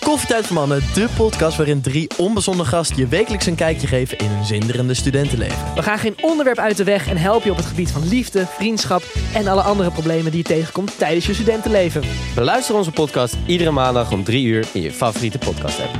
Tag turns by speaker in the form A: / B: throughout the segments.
A: Koffietijd voor Mannen, de podcast waarin drie onbezonnen gasten je wekelijks een kijkje geven in hun zinderende studentenleven.
B: We gaan geen onderwerp uit de weg en helpen je op het gebied van liefde, vriendschap en alle andere problemen die je tegenkomt tijdens je studentenleven.
C: Beluister onze podcast iedere maandag om 3 uur in je favoriete podcast app.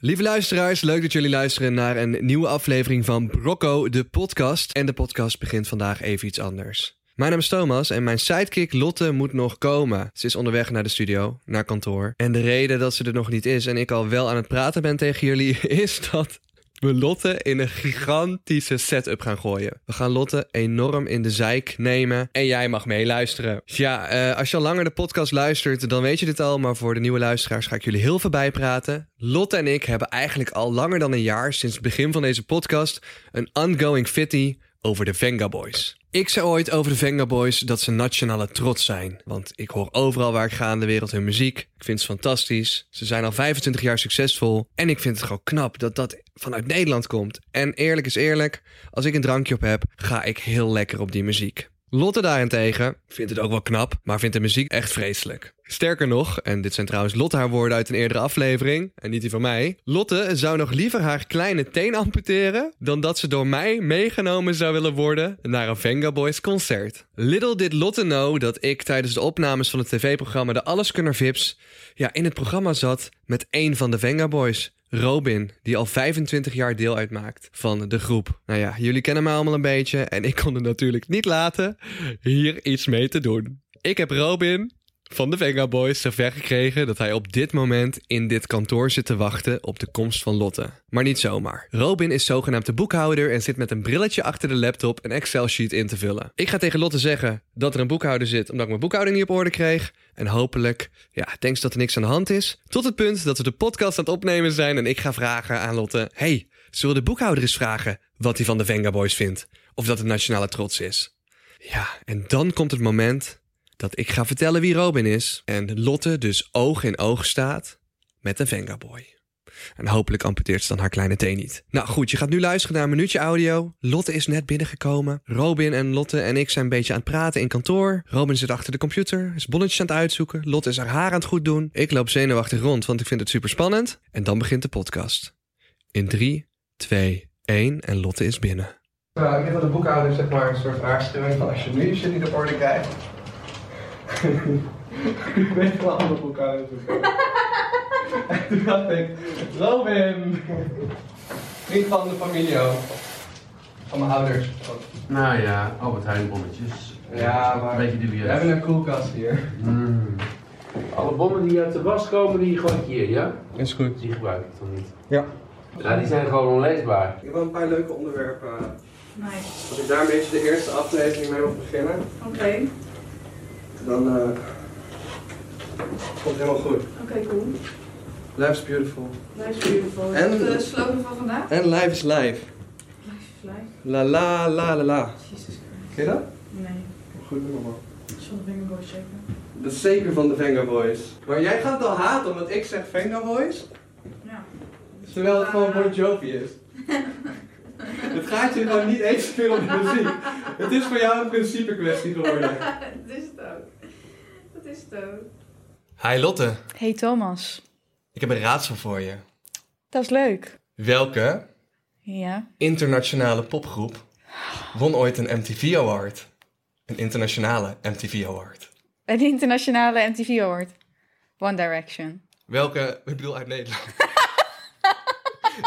D: Lieve luisteraars, leuk dat jullie luisteren naar een nieuwe aflevering van Brocco, de podcast. En de podcast begint vandaag even iets anders. Mijn naam is Thomas en mijn sidekick Lotte moet nog komen. Ze is onderweg naar de studio, naar kantoor. En de reden dat ze er nog niet is en ik al wel aan het praten ben tegen jullie is dat we Lotte in een gigantische setup gaan gooien. We gaan Lotte enorm in de zeik nemen en jij mag meeluisteren. Ja, eh, als je al langer de podcast luistert, dan weet je dit al, maar voor de nieuwe luisteraars ga ik jullie heel veel bijpraten. Lotte en ik hebben eigenlijk al langer dan een jaar sinds het begin van deze podcast een ongoing fitty over de Venga Boys. Ik zei ooit over de Venga Boys dat ze nationale trots zijn. Want ik hoor overal waar ik ga in de wereld hun muziek. Ik vind ze fantastisch. Ze zijn al 25 jaar succesvol. En ik vind het gewoon knap dat dat vanuit Nederland komt. En eerlijk is eerlijk, als ik een drankje op heb, ga ik heel lekker op die muziek. Lotte daarentegen vindt het ook wel knap, maar vindt de muziek echt vreselijk. Sterker nog, en dit zijn trouwens Lotte haar woorden uit een eerdere aflevering, en niet die van mij. Lotte zou nog liever haar kleine teen amputeren dan dat ze door mij meegenomen zou willen worden naar een Venga Boys concert. Little did Lotte know dat ik tijdens de opnames van het tv-programma De Alleskunner Vips ja, in het programma zat met één van de Venga Boys. Robin, die al 25 jaar deel uitmaakt van de groep. Nou ja, jullie kennen mij allemaal een beetje en ik kon het natuurlijk niet laten hier iets mee te doen. Ik heb Robin van de Venga Boys zover gekregen dat hij op dit moment in dit kantoor zit te wachten op de komst van Lotte. Maar niet zomaar. Robin is zogenaamd de boekhouder en zit met een brilletje achter de laptop een Excel-sheet in te vullen. Ik ga tegen Lotte zeggen dat er een boekhouder zit omdat ik mijn boekhouding niet op orde kreeg. En hopelijk, ja, denkt dat er niks aan de hand is. Tot het punt dat we de podcast aan het opnemen zijn en ik ga vragen aan Lotte... hey, zullen we de boekhouder eens vragen wat hij van de Venga Boys vindt? Of dat het nationale trots is? Ja, en dan komt het moment dat ik ga vertellen wie Robin is. En Lotte dus oog in oog staat met een Vengaboy. En hopelijk amputeert ze dan haar kleine teen niet. Nou goed, je gaat nu luisteren naar een minuutje audio. Lotte is net binnengekomen. Robin en Lotte en ik zijn een beetje aan het praten in kantoor. Robin zit achter de computer, is bonnetjes aan het uitzoeken. Lotte is haar haar aan het goed doen. Ik loop zenuwachtig rond, want ik vind het super spannend. En dan begint de podcast. In 3, 2, 1 en Lotte is binnen.
E: Nou, ik denk dat de boekhouder zeg maar een soort waarschuwing van als je nu je shit niet op orde krijgt. ik weet wel alle boekhouders. het doen. En toen dacht ik, Robin, vriend van de familie ook. Van mijn ouders ook.
F: Nou ja, Albert Heijn bonnetjes.
E: Ja,
F: Een
E: maar
F: beetje dubieus.
E: we hebben een koelkast hier.
F: Mm. Alle bommen die uit de was komen, die gooi ik hier, ja?
E: Is goed.
F: Die gebruik ik toch niet?
E: Ja.
F: Ja, die zijn gewoon onleesbaar.
E: Ik heb wel een paar leuke onderwerpen. eh.
G: Nice.
E: Als ik daar een beetje de eerste aflevering mee mag beginnen,
G: Oké,
E: dan eh, komt het helemaal goed.
G: oké, cool.
E: Life's beautiful.
G: Blijf beautiful.
E: En-
G: En de slogan van vandaag?
E: En life is life.
G: Blijf blijf.
E: La la la la la.
G: Jesus Christ.
E: Ken je dat?
G: Nee,
E: Goed nummer man.
G: zonder vingerboord checken.
E: Dat is zeker van de Venga Boys. Maar jij gaat het al haten omdat ik zeg Venga Boys,
G: Ja.
E: terwijl het gewoon Bon Jovi is. het gaat je gewoon niet eens veel om de muziek. Het is voor jou een principe kwestie geworden.
G: Dat is het ook. Dat is het ook.
D: Hi Lotte,
H: Hey Thomas,
D: ik heb een raadsel voor je.
H: dat is leuk.
D: Welke
H: Ja,
D: internationale popgroep won ooit een MTV Award? Een internationale MTV Award.
H: een internationale MTV Award. One Direction.
D: Welke, ik bedoel uit Nederland.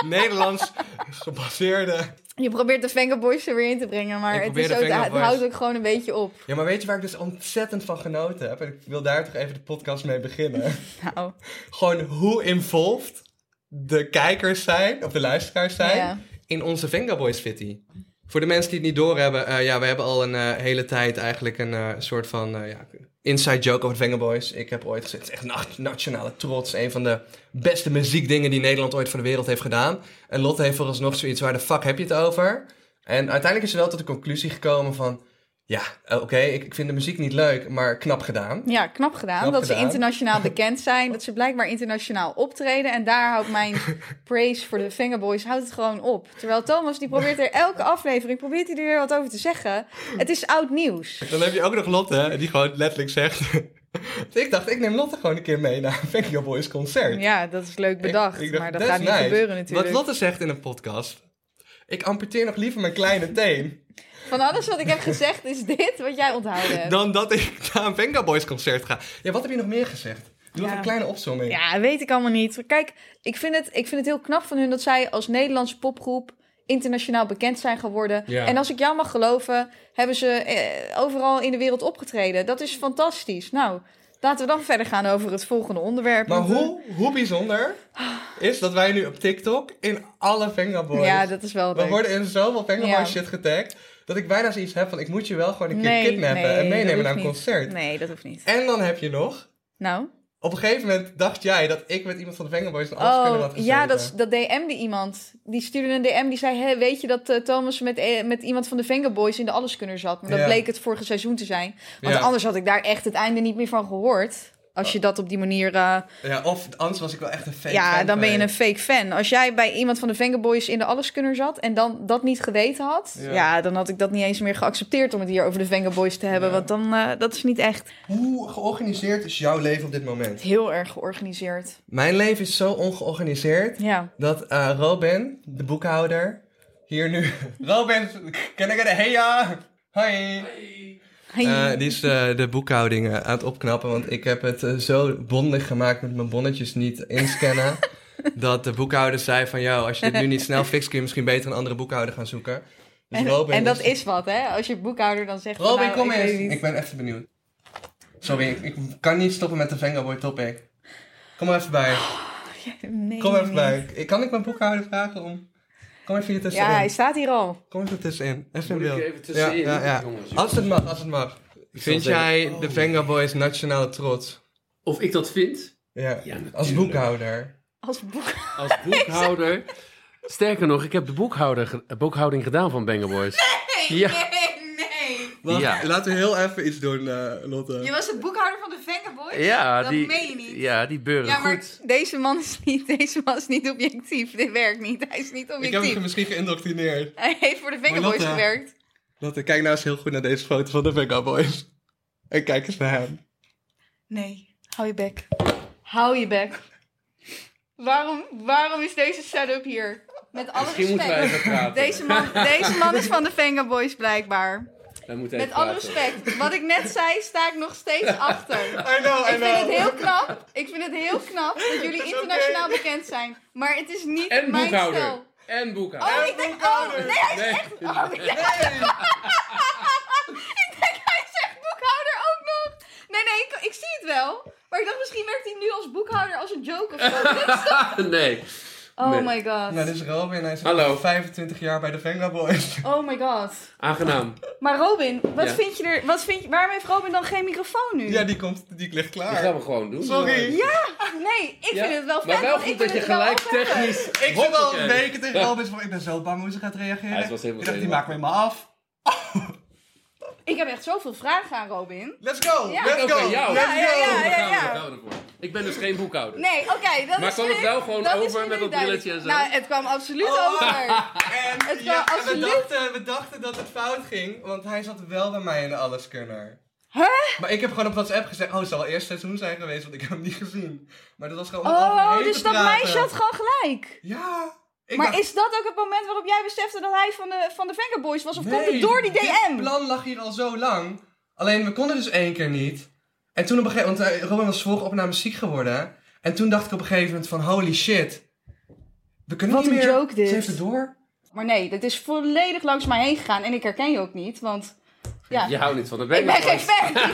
D: Nederlands gebaseerde.
H: Je probeert de Venga Boys er weer in te brengen,
D: Ik
H: maar het,
D: probeer
H: is
D: de
H: ook,
D: Venga
H: het
D: Boys.
H: houdt ook gewoon een beetje op.
D: Ja, maar weet je waar ik dus ontzettend van genoten heb? En ik wil daar toch even de podcast mee beginnen.
H: Nou,
D: Gewoon hoe involved de kijkers zijn, of de luisteraars zijn,
H: Ja.
D: in onze Venga Boys fitty. Voor de mensen die het niet doorhebben, eh ja, we hebben al een eh, hele tijd eigenlijk een eh, soort van eh, ja, inside joke over de Venga Boys. Ik heb ooit gezegd, het is echt na- nationale trots. Een van de beste muziekdingen die Nederland ooit voor de wereld heeft gedaan. En Lotte heeft vooralsnog zoiets, waar de fuck heb je het over? En uiteindelijk is ze wel tot de conclusie gekomen van, ja, eh, oké, ik, ik vind de muziek niet leuk, maar knap gedaan.
H: ja, knap gedaan.
D: Knap
H: dat ze
D: gedaan.
H: internationaal bekend zijn, dat ze blijkbaar internationaal optreden. En daar houdt mijn praise voor de Venga Boys houdt het gewoon op. Terwijl Thomas, die probeert er elke aflevering, probeert hij er weer wat over te zeggen. Het is oud nieuws.
D: Dan heb je ook nog Lotte, die gewoon letterlijk zegt... Ik dacht, ik neem Lotte gewoon een keer mee naar Thank Your Boys concert.
H: Ja, dat is leuk bedacht,
D: Ik- ik dacht,
H: maar dat
D: that's
H: gaat niet
D: nice.
H: gebeuren natuurlijk.
D: Wat Lotte zegt in een podcast. Ik amputeer nog liever mijn kleine teen
H: Van alles wat ik heb gezegd is dit wat jij onthouden hebt.
D: dan dat ik naar een Venga Boys concert ga. Ja, wat heb je nog meer gezegd? Doe
H: Ja.
D: even een kleine opzomming.
H: Ja, weet ik allemaal niet. Kijk, ik vind, het, ik vind het heel knap van hun dat zij als Nederlandse popgroep internationaal bekend zijn geworden.
D: Ja.
H: En als ik jou mag geloven, hebben ze eh, overal in de wereld opgetreden. Dat is fantastisch. Nou, laten we dan verder gaan over het volgende onderwerp.
D: Maar
H: Want, eh,
D: hoe, hoe bijzonder is dat wij nu op TikTok in alle Venga Boys.
H: Ja, dat is wel
D: we
H: leuk.
D: worden in zoveel Venga
H: Ja.
D: Boys shit getagd. Dat ik bijna zoiets heb van ik moet je wel gewoon een keer
H: Nee,
D: kidnappen
H: nee,
D: en
H: dat
D: meenemen
H: hoeft
D: naar een
H: niet.
D: concert.
H: Nee, dat hoeft niet.
D: En dan heb je nog.
H: Nou,
D: Op een gegeven moment dacht jij dat ik met iemand van de Venga Boys een afspeler
H: oh,
D: had gezeten.
H: ja, dat, is- dat DM'de iemand. Die stuurde een DM die zei, "Hé, weet je dat eh, Thomas met, eh, met iemand van de Vengaboys in de Alleskunner zat? Maar dat
D: Ja.
H: bleek het vorige seizoen te zijn. Want
D: Ja.
H: anders had ik daar echt het einde niet meer van gehoord. Als je dat op die manier... eh,
D: Ja, of anders was ik wel echt een fake
H: ja,
D: fan
H: dan ben je een
D: geweest.
H: fake fan. Als jij bij iemand van de Vengaboys in de Alleskunner zat... en dan dat niet geweten had... Ja.
D: Ja.
H: dan had ik dat niet eens meer geaccepteerd... om het hier over de Vengaboys te hebben.
D: Ja.
H: Want dan, eh, dat is niet echt
D: Hoe georganiseerd is jouw leven op dit moment?
H: heel erg georganiseerd.
D: Mijn leven is zo ongeorganiseerd
H: Ja.
D: dat eh, Robin, de boekhouder, hier nu... Robin, can I get a hey ja? Hoi! Eh, die is eh, de boekhouding eh, aan het opknappen, want ik heb het eh, zo bondig gemaakt met mijn bonnetjes niet inscannen. dat de boekhouder zei van, jou, als je dit nu niet snel fixt, kun je misschien beter een andere boekhouder gaan zoeken. Dus
H: en,
D: Robin
H: en dat is wat, hè? Als je boekhouder dan zegt... van,
D: Robin,
H: nou,
D: kom
H: ik weet
D: eens.
H: niet.
D: Ik ben even benieuwd. Sorry, ik, ik kan niet stoppen met de Vengaboy topic. Kom er even bij.
H: Nee,
D: Kom
H: nee,
D: even
H: nee.
D: bij. Ik, kan ik mijn boekhouder vragen om... Kom even hier
H: Ja, hij
D: tussenin.
H: staat hier al.
D: Kom even tussenin. Even in
F: Moet ik
D: beeld.
F: even tussenin?
D: Ja, ja, ja.
F: Jongens,
D: Als het mag, als het mag. Vind
C: zeggen-
D: jij de Vengaboys nationale trots?
F: Of ik dat vind?
D: Ja.
F: Ja, natuurlijk.
D: Als boekhouder.
H: Als boek.
F: Als boekhouder. Sterker nog, ik heb de boekhouder, ge- boekhouding gedaan van Banger Boys. Ja.
H: Nee, nee.
D: Wacht,
F: Ja.
D: laten we heel even iets doen, eh,
H: Je
D: Lotte.
H: was de boekhouder van de Vengaboys?
F: Ja,
H: Dat
F: die,
H: meen je niet.
F: Ja, die beuren
H: Ja, maar
F: goed.
H: deze man, is niet, deze man is niet objectief. Dit werkt niet. Hij is niet
D: Ik heb
H: objectief.
D: hem misschien geïndoctrineerd.
H: Hij heeft voor de Vengaboys
D: Lotte.
H: gewerkt.
D: Lotte, kijk nou eens heel goed naar deze foto van de Vengaboys. En kijk eens naar hem.
H: Nee, hou je bek. Hou je bek. Waarom, waarom is deze setup hier? Met alle
F: Misschien moeten wij
H: respect.
F: even praten.
H: Deze man, deze man is van de Vengaboys blijkbaar.
F: Wij moeten
H: Met
F: even
H: alle
F: praten.
H: respect. Wat ik net zei, sta ik nog steeds achter.
D: I know, I
H: Ik vind
D: know.
H: het
F: Nou.
H: heel knap. Ik vind het heel knap dat jullie internationaal bekend zijn. Maar het is niet
F: En
H: mijn
F: boekhouder.
H: stijl.
F: En boekhouder.
H: Oh, ik denk, oh, nee, hij is
F: Nee.
H: echt... Oh, ik denk, ik denk, hij zegt boekhouder ook nog. Nee, nee, ik, ik zie het wel. Maar ik dacht, misschien werkt hij nu als boekhouder als een joke of zo. Dit is toch-
F: nee.
H: Oh
F: Nee.
H: my
D: Nou,
H: god.
D: dit is Robin. Hij is
F: Hallo.
D: al 25 jaar bij de Venga Boys.
H: Oh my god.
F: Aangenaam.
H: Maar Robin, wat
F: Ja.
H: vind je er... Wat vind je, waarom heeft Robin dan geen microfoon nu?
D: Ja, die, komt, die ligt
F: Dat gaan
D: klaar.
F: we gewoon doen.
D: Sorry.
H: Ah, Nee, ik
F: Ja,
H: vind het wel vet.
F: Maar wel
H: want
F: goed
H: ik
F: dat
H: wil
F: je
H: het wel
F: gelijk
H: over hebben.
F: technisch...
D: Ik zit al
F: Hoppakee.
D: weken tegen Robin. van, Ik ben zo bang hoe ze gaat reageren.
F: Hij was helemaal
D: ik dacht, die
F: zenuwachtig.
D: maakt me helemaal af.
H: Ik heb echt zoveel vragen aan Robin.
D: Let's go!
H: Ja.
D: Let's
F: Ook
D: go!
F: aan jou.
D: Let's
H: Ja, ja,
D: go!
H: ja,
F: Daar
H: ja,
F: gaan we, daar
H: ja.
F: gaan we ervoor. Ik ben dus geen boekhouder.
H: Nee, oké, dat
F: Maar
H: is
F: kwam het
H: nu-
F: wel gewoon
H: dat is
F: over
H: nu
F: met dat
H: duidelijk.
F: brilletje en zo?
H: Nou, het kwam absoluut
D: Oh.
H: over.
D: En
H: Het
D: ja,
H: was
D: we,
H: absoluut-
D: dachten, we dachten dat het fout ging, want hij zat wel bij mij in de alleskunner.
H: Hè?
D: Maar ik heb gewoon op WhatsApp gezegd, oh, het zal wel eerst seizoen zijn geweest, want ik heb hem niet gezien. Maar dat was gewoon om
H: Oh,
D: overheen
H: dus
D: te
H: dat
D: praten.
H: meisje had gewoon gelijk.
D: Ja! Ik
H: maar
D: dacht,
H: is dat ook het moment waarop jij besefte dat hij van de, van de Vengaboys was? Of
D: Nee,
H: komt het door die
D: dit
H: DM?
D: plan lag hier al zo lang. Alleen we konden dus één keer niet. En toen op een gegeven moment, want eh, Robin was vorige opname ziek geworden. En toen dacht ik op een gegeven moment van holy shit. We kunnen
H: Wat
D: niet
H: een
D: meer.
H: joke dit.
D: Ze heeft het door.
H: Maar nee, dat is volledig langs mij heen gegaan. En ik herken je ook niet, want... Ja,
F: Je houdt niet van de
H: ik ben
F: Banger
H: geen
F: Boys.
H: fan.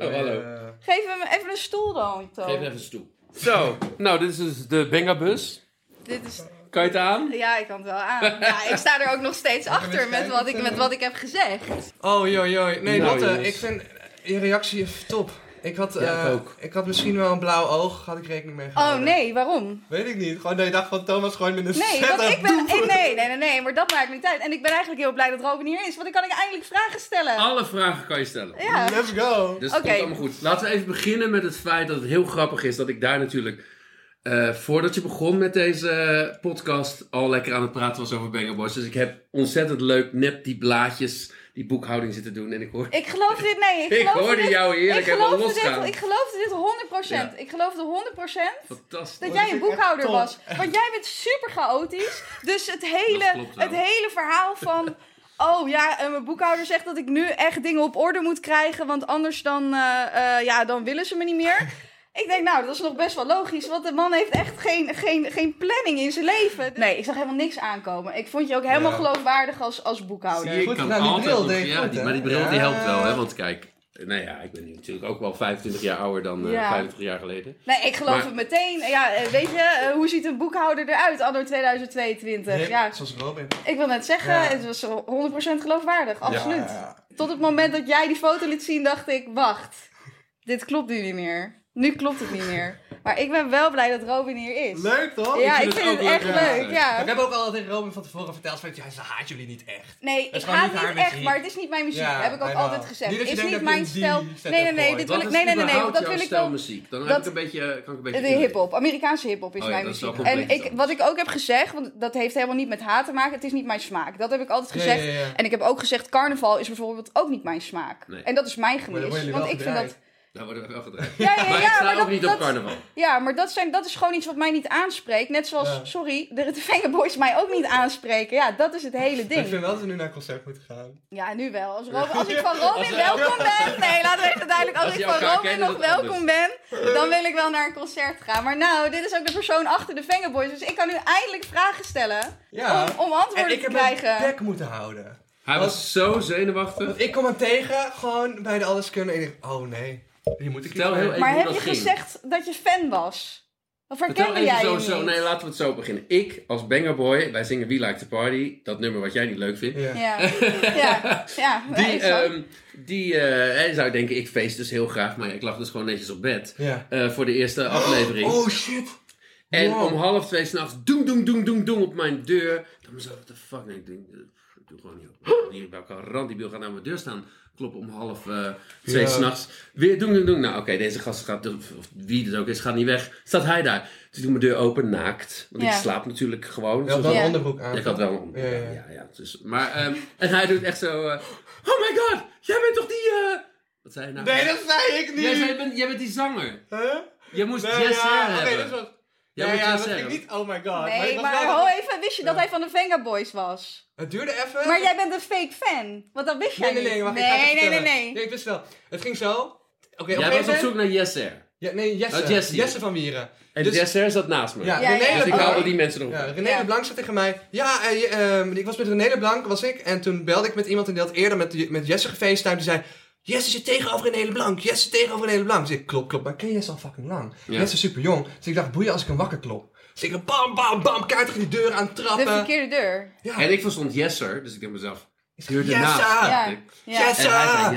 F: Oh, hallo.
D: Eh,
H: Geef hem even een stoel dan, Toon.
F: Geef even een stoel. Zo, nou dit is dus de Bengabus.
H: Dit is...
F: Kan je het aan?
H: Ja, ik kan het wel aan. Ja, ik sta er ook nog steeds achter
D: eens
H: met
D: kijken?
H: wat ik, met wat ik heb gezegd.
D: Oh, joi, joi. Nee,
F: Nou,
D: Lotte,
F: jongens.
D: ik vind je reactie is top. Ik had,
F: Ja, ik
D: eh,
F: ook.
D: ik had misschien wel een blauw oog, had ik rekening mee
H: Oh
D: gehouden.
H: nee, waarom?
D: Weet ik niet. Gewoon dat je dacht van Thomas gewoon met een
H: Nee,
D: set
H: want
D: aan
H: ik ben. ik- nee, nee, nee, nee, maar dat maakt niet uit. En ik ben eigenlijk heel blij dat Robin hier is, want dan kan ik eindelijk vragen stellen.
F: Alle vragen kan je stellen.
H: ja.
D: Let's go.
F: Dus
H: Oké.
F: het komt allemaal goed. Laten we even beginnen met het feit dat het heel grappig is dat ik daar natuurlijk... eh, voordat je begon met deze eh, podcast al lekker aan het praten was over Banger Boys. Dus ik heb ontzettend leuk nep die blaadjes die boekhouding zitten doen. En ik hoor...
H: Ik geloof dit, nee. Ik,
F: Ik
H: geloof
F: hoorde
H: dit,
F: jou eerlijk
H: ik
F: helemaal
H: geloofde
F: losgaan.
H: dit, ik geloofde dit 100%. Ik geloofde 100%
F: Fantastisch.
H: dat jij een boekhouder was. Want jij bent super chaotisch. Dus het hele,
F: Dat klopt wel.
H: het hele verhaal van... Oh ja, en mijn boekhouder zegt dat ik nu echt dingen op orde moet krijgen. Want anders dan, eh, eh, ja, dan willen ze me niet meer. Ik denk, nou, dat is nog best wel logisch. Want de man heeft echt geen, geen, geen planning in zijn leven. Nee, ik zag helemaal niks aankomen. Ik vond je ook helemaal
D: Ja.
H: geloofwaardig als, als boekhouder.
D: Zie je,
F: Ik kan
D: Nou, die
F: altijd
D: bril
F: nog-
D: deed
F: ja,
D: goed,
F: die,
D: hè?
F: maar die bril die
D: Ja.
F: helpt wel, hè? Want kijk, nou ja, ik ben nu natuurlijk ook wel 25 jaar ouder dan eh,
H: Ja.
F: 25 jaar geleden.
H: Nee, ik geloof
F: Maar-
H: het meteen. Ja, eh, weet je, eh, hoe ziet een boekhouder eruit anno 2022? Ja,
D: Zoals Robin.
H: ik wil net zeggen,
D: Ja.
H: het was 100% geloofwaardig, absoluut.
D: Ja, ja.
H: Tot het moment dat jij die foto liet zien, dacht ik, wacht, dit klopt nu niet meer. Nu klopt het niet meer. Maar ik ben wel blij dat Robin hier is.
D: Leuk toch?
H: Ja,
F: Ik
H: ik
F: vind het
H: vind het
F: ook
H: echt
F: leuk, ja.
H: leuk, ja.
D: Ik heb ook al tegen Robin van tevoren verteld. Van, ja, ze haat jullie niet echt.
H: Nee, ik
D: is gewoon
H: haat
D: niet
H: niet
D: haar
H: echt,
D: muziek.
H: maar het is niet mijn muziek.
D: Ja,
H: heb ik ook
D: helemaal.
H: altijd gezegd.
D: Niet dat je
H: is
D: denkt
H: niet
D: dat je
H: mijn
D: in die set
H: stijl. Nee, nee,
D: hebt
H: nee,
D: gegooid.
H: dit
F: Wat
H: wil ik,
F: is
H: nee, nee, nee, nee,
F: überhaupt
H: dat
F: jouw
H: wil ik
F: stijl
H: wel.
F: muziek. Dan
H: dat-
F: heb ik een beetje, kan ik een
H: De
F: beetje...
H: hip-hop, Amerikaanse hip-hop is
F: Oh ja,
H: mijn
F: dat is wel
H: muziek.
F: compleet
H: en ik,
F: anders.
H: wat ik ook heb gezegd, want dat heeft helemaal niet met haat te maken, het is niet mijn smaak. Dat heb ik altijd
D: Ja,
H: gezegd.
D: ja, ja.
H: En ik heb ook gezegd, carnaval is bijvoorbeeld ook niet mijn smaak.
F: Nee.
H: En dat is mijn
D: Maar dan worden
H: gemis.
D: jullie
H: Want
D: wel
H: ik vind dat.
D: gedraaid.
F: Daar worden we wel gedraaid.
H: Ja, ja, ja,
F: maar ik sta
H: maar
F: ook
H: dat,
F: niet
H: dat-
F: op carnaval.
H: Ja, maar dat, zijn, dat is gewoon iets wat mij niet aanspreekt. Net zoals,
D: Ja.
H: sorry, de Fingerboys mij ook niet aanspreken. Ja, dat is het hele
D: Ik vind wel
H: ding.
D: dat we nu naar een concert moeten gaan.
H: Ja, nu wel. Als, Robin, als ik van Robin welkom ben. Nee, laten we even duidelijk. Als,
F: Als
H: ik
F: je
H: van
F: elkaar
H: Robin
F: kennen,
H: nog
F: dat is
H: welkom ben, dan wil ik wel naar een concert gaan. Maar nou, dit is ook de persoon achter de Fingerboys. Dus ik kan nu eindelijk vragen stellen
D: Ja.
H: om, om antwoorden
D: en
H: te
D: ik heb mijn
H: krijgen.
D: bek moeten houden.
F: Hij was zo zenuwachtig.
D: Want ik kom hem tegen, gewoon bij de alles kunnen. En ik denk, oh nee, die moet ik
F: Vertel
D: niet
F: heel
D: mee.
F: even
H: Maar
F: hoe
H: heb
F: dat
H: je
F: ging.
H: gezegd dat je fan was? Of
F: Vertel
H: herkende
F: even
H: jij
F: zo,
H: je niet?
F: zo. Nee, laten we het zo beginnen. Ik als Banger Boy, wij zingen We Like the Party. Dat nummer wat jij niet leuk vindt.
D: Ja.
H: Ja, ja, ja.
F: Die,
H: ik snap.
F: ehm, die eh, hij zou denken, ik feest dus heel graag, maar ik lag dus gewoon netjes op bed.
D: Ja.
F: eh, voor de eerste aflevering.
D: Oh shit.
F: en
D: wow.
F: om half twee s'nachts, doem, doem, doem, doem, doem op mijn deur. Dan mezelf, what the fuck? Nee, ik denk, eh, ik doe gewoon niet op. Hier bij elkaar rand, die wil gaat naar mijn deur staan. Kloppen om half eh, twee
D: Ja.
F: s'nachts. Weer doen, doen, doen. Nou, oké, deze gast gaat, of of wie het ook is, gaat niet weg. Staat hij daar. Dus ik doe mijn deur open, naakt. Want
H: Ja.
F: ik slaap natuurlijk gewoon.
D: Je had wel
H: Ja.
D: een onderbroek aan.
F: Ik had wel een
D: Ja, ja, ja.
F: ja, ja. dus, maar, ehm, en hij doet echt zo... eh, oh my god, jij bent toch die... eh, wat zei hij nou?
D: Nee, dat zei ik niet.
F: Jij, zei, jij, bent, jij bent die zanger.
D: Huh?
F: Je moest
D: Nee,
F: Jess Hair
D: ja, oké,
F: hebben.
D: dat was...
F: Jij
D: ja,
F: moet
D: ja,
F: Jess
D: dat
F: Hair
D: ging
F: hebben.
D: niet, oh my god. maar ik
H: Nee,
D: was
H: maar
D: wel-
H: ho even, wist je dat hij van de Fingerboys was?
D: Het duurde even.
H: Maar jij bent een fake fan, want dat wist jij
D: Nee, nee, nee,
H: niet.
D: wacht, ik ga het
H: nee, nee, nee,
D: vertellen.
H: nee.
D: Nee, ik wist wel. Het ging zo. Oké, op een
F: Jij was
D: gegeven
F: op
D: moment...
F: zoek naar Yes Hair.
D: Ja, nee, Jesse.
F: Oh, Jesse.
D: Jesse van Wieren.
F: En
D: Dus-
F: Jess Hair zat naast me.
D: Ja,
H: Ja,
D: René
H: ja.
D: Leblanc.
F: Dus ik haalde die mensen erop.
D: Ja, René
H: Ja.
D: de Blank zei tegen mij, ja, eh, je, ehm, ik was met René de Blank, was ik, en toen belde ik met iemand en die had eerder met, met Jesse gefacetimed, die zei, Jesse zit tegenover René de Blank, Jesse zit tegenover René de Blank. Dus ik, klop, klop, maar ik ken Jesse al fucking lang.
F: Ja.
D: Jesse is super jong, dus ik dacht, boeien als ik hem wakker klop. Dus ik, bam, bam, bam, kaart tegen die deur aan
H: De
D: trappen.
H: verkeerde deur.
D: Ja.
F: En ik verstond Yes Hair, dus ik dacht mezelf...
D: Ik zeg,
F: Duurde
D: Jesse!
F: naast.
H: Ja.
F: En
H: Ja.
D: Yes!
F: hij zei Yes Hair.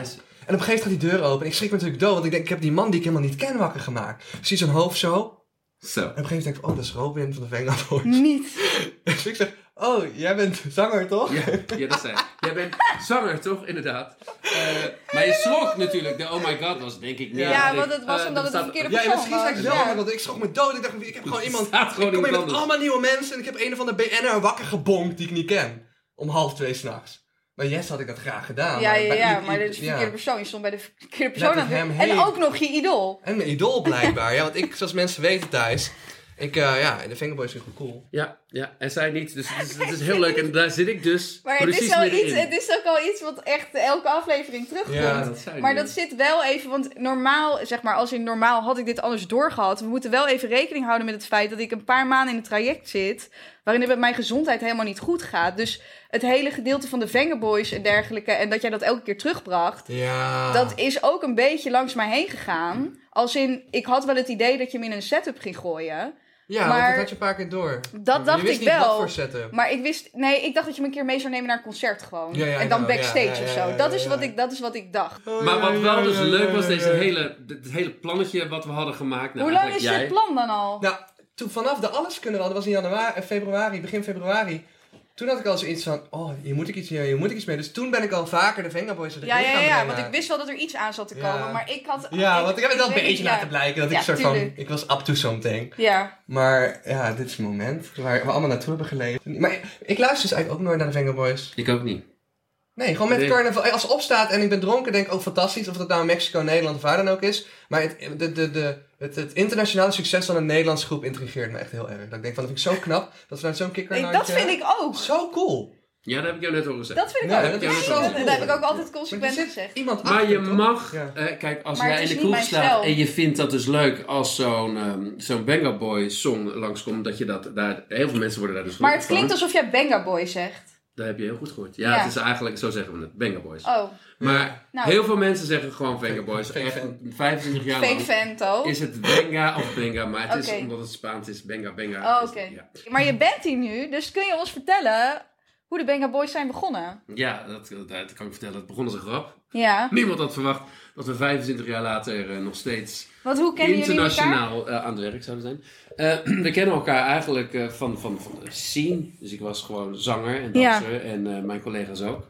D: En op een gegeven moment gaat die deur open en ik schrik me natuurlijk dood, want ik denk, ik heb die man die ik helemaal niet ken wakker gemaakt. Ik zie zijn hoofd zo, en op
F: Zo.
D: een gegeven moment denk ik, oh, dat is Robin van de Venga Boys.
H: Mm. Niet.
D: Dus ik zeg, oh, jij bent zanger toch?
F: Ja, ja, dat zei hij. Jij bent zanger, toch? Inderdaad. Eh, maar je schrok natuurlijk. De oh my god was denk ik meer. dat
H: Ja,
F: ik,
H: want het was
F: eh,
H: omdat
F: er
H: het de
F: staat-
H: verkeerde
D: Ja, en
H: persoon
D: misschien sta
H: was.
D: ik wel,
H: Ja.
D: want ik schrok me dood. Ik dacht, ik heb gewoon iemand.
F: staat gewoon
D: ik kom hier
F: iemand
D: met
F: anders.
D: allemaal nieuwe mensen en ik heb een of andere BN'er wakker gebonkt die ik niet ken. Om half twee s'nachts. Bij Jess had ik dat graag gedaan.
H: Ja, ja,
D: bij
H: ja,
D: i- i-
H: maar dat is de
D: ja.
H: verkeerde persoon. Je stond bij de verkeerde persoon aan
D: Letterlijk
H: het
D: hem
H: En
D: heen.
H: ook nog je idool.
D: En mijn idool blijkbaar. ja, want ik, zoals mensen weten thuis, ik, eh, ja, de Fingerboys zijn gewoon cool.
F: Ja, ja, en zij niet. Dus het is, het is heel leuk. En daar zit ik dus
H: Maar het
F: precies
H: is, wel
F: middenin.
H: iets, het is ook al iets wat echt elke aflevering terugkomt.
D: Ja.
F: dat zei
H: Maar
F: hij.
H: dat zit wel even, want normaal, zeg maar, als in normaal had ik dit anders doorgehad. We moeten wel even rekening houden met het feit dat ik een paar maanden in het traject zit. waarin het met mijn gezondheid helemaal niet goed gaat. Dus het hele gedeelte van de Vengerboys en dergelijke. en dat jij dat elke keer terugbracht.
D: Ja.
H: dat is ook een beetje langs mij heen gegaan. Als in, ik had wel het idee dat je hem in een setup ging gooien.
D: ja,
H: maar-
D: want dat had je een paar keer door.
H: Dat
D: je
H: dacht
D: wist
H: ik
D: niet
H: wel.
D: Wat voor setup.
H: Maar ik wist, nee, ik dacht dat je me een keer mee zou nemen naar een concert gewoon.
D: Ja, ja,
H: en dan
D: ja,
H: backstage
D: ja, ja,
H: of
D: ja,
H: zo.
D: ja,
H: dat,
D: ja,
H: is wat
D: ja.
H: ik, dat is wat ik dacht.
F: Maar wat wel dus leuk was, deze
D: hele
F: hele, dit hele plannetje wat we hadden gemaakt. Nou,
H: Hoe lang is
F: eigenlijk
H: dit
F: jij.
H: plan dan al?
D: Nou, toen vanaf de alles kunnen we, al, dat was in januari, eh, februari, begin februari. Toen had ik al zoiets van, oh, hier moet ik iets mee, hier moet ik iets mee. Dus toen ben ik al vaker de Vengaboys erin
H: Ja, ja,
D: gaan
H: ja, ja,
D: brengen.
H: want ik wist wel dat er iets aan zat te komen,
D: Ja.
H: maar ik had...
D: Ja, want ik heb het wel een
H: weet-
D: beetje
H: ja.
D: laten blijken dat
H: Ja,
D: ik soort van,
H: tuurlijk.
D: ik was up to something.
H: Ja,
D: Maar ja, dit is het moment waar we allemaal naartoe hebben geleefd. Maar ik luister dus eigenlijk ook nooit naar de Vengaboys.
F: Ik ook niet.
D: Nee, gewoon met
F: Nee.
D: carnaval. Als het opstaat en ik ben dronken, denk ik ook fantastisch. Of dat nou Mexico, Nederland of waar dan ook is. Maar het, de, de, de, het, het internationale succes van een Nederlandse groep intrigeert me echt heel erg. Dat ik denk van, dat vind ik zo knap. Dat vanuit zo'n kikker
H: Nee, dat vind ik ook.
D: eh, Zo cool.
F: Ja, dat heb ik jou net al gezegd.
H: Dat vind ik
D: Ja,
H: ook.
D: dat
H: Nee,
D: is
H: dat,
D: wel cool.
H: dat heb ik ook altijd
D: Maar
H: consequent
D: er zit
H: gezegd.
D: Iemand
F: Maar je
D: achter, toch?
F: mag,
D: Ja.
F: eh, kijk, als
H: Maar
F: jij
H: het
F: in
H: is
F: de kroeg
H: niet mijn
F: staat
H: stijl.
F: en je vindt dat dus leuk als zo'n ehm zo'n Benga Boy song langskomt, dat je dat daar, heel veel mensen worden daar dus
H: Maar het
F: gelukkig
H: klinkt
F: van.
H: alsof jij Benga Boy zegt.
F: Dat heb je heel goed gehoord. Ja,
H: Ja.
F: het is eigenlijk, zo zeggen we het, Benga Boys.
H: Oh,
F: Maar
H: Nou.
F: heel veel mensen zeggen gewoon Benga Boys.
D: Fake
F: Echt
D: fan.
F: 25 jaar
H: fake
F: lang
H: vento.
F: is het Benga of Benga, maar het
H: Oké.
F: is omdat het Spaans is, Benga Benga.
H: Oh,
F: is-
H: oké.
F: Ja.
H: Maar je bent hier nu, dus kun je ons vertellen hoe de Benga Boys zijn begonnen?
F: Ja, dat, dat kan ik vertellen. Het begon als een grap.
H: Ja,
F: Niemand had verwacht dat we 25 jaar later eh, nog steeds
H: want hoe kennen jullie elkaar?
F: internationaal eh, aan het werk zouden zijn. Eh, we kennen elkaar eigenlijk eh, van, van, van de scene. Dus ik was gewoon zanger en
H: Ja.
F: danser en eh, mijn collega's ook.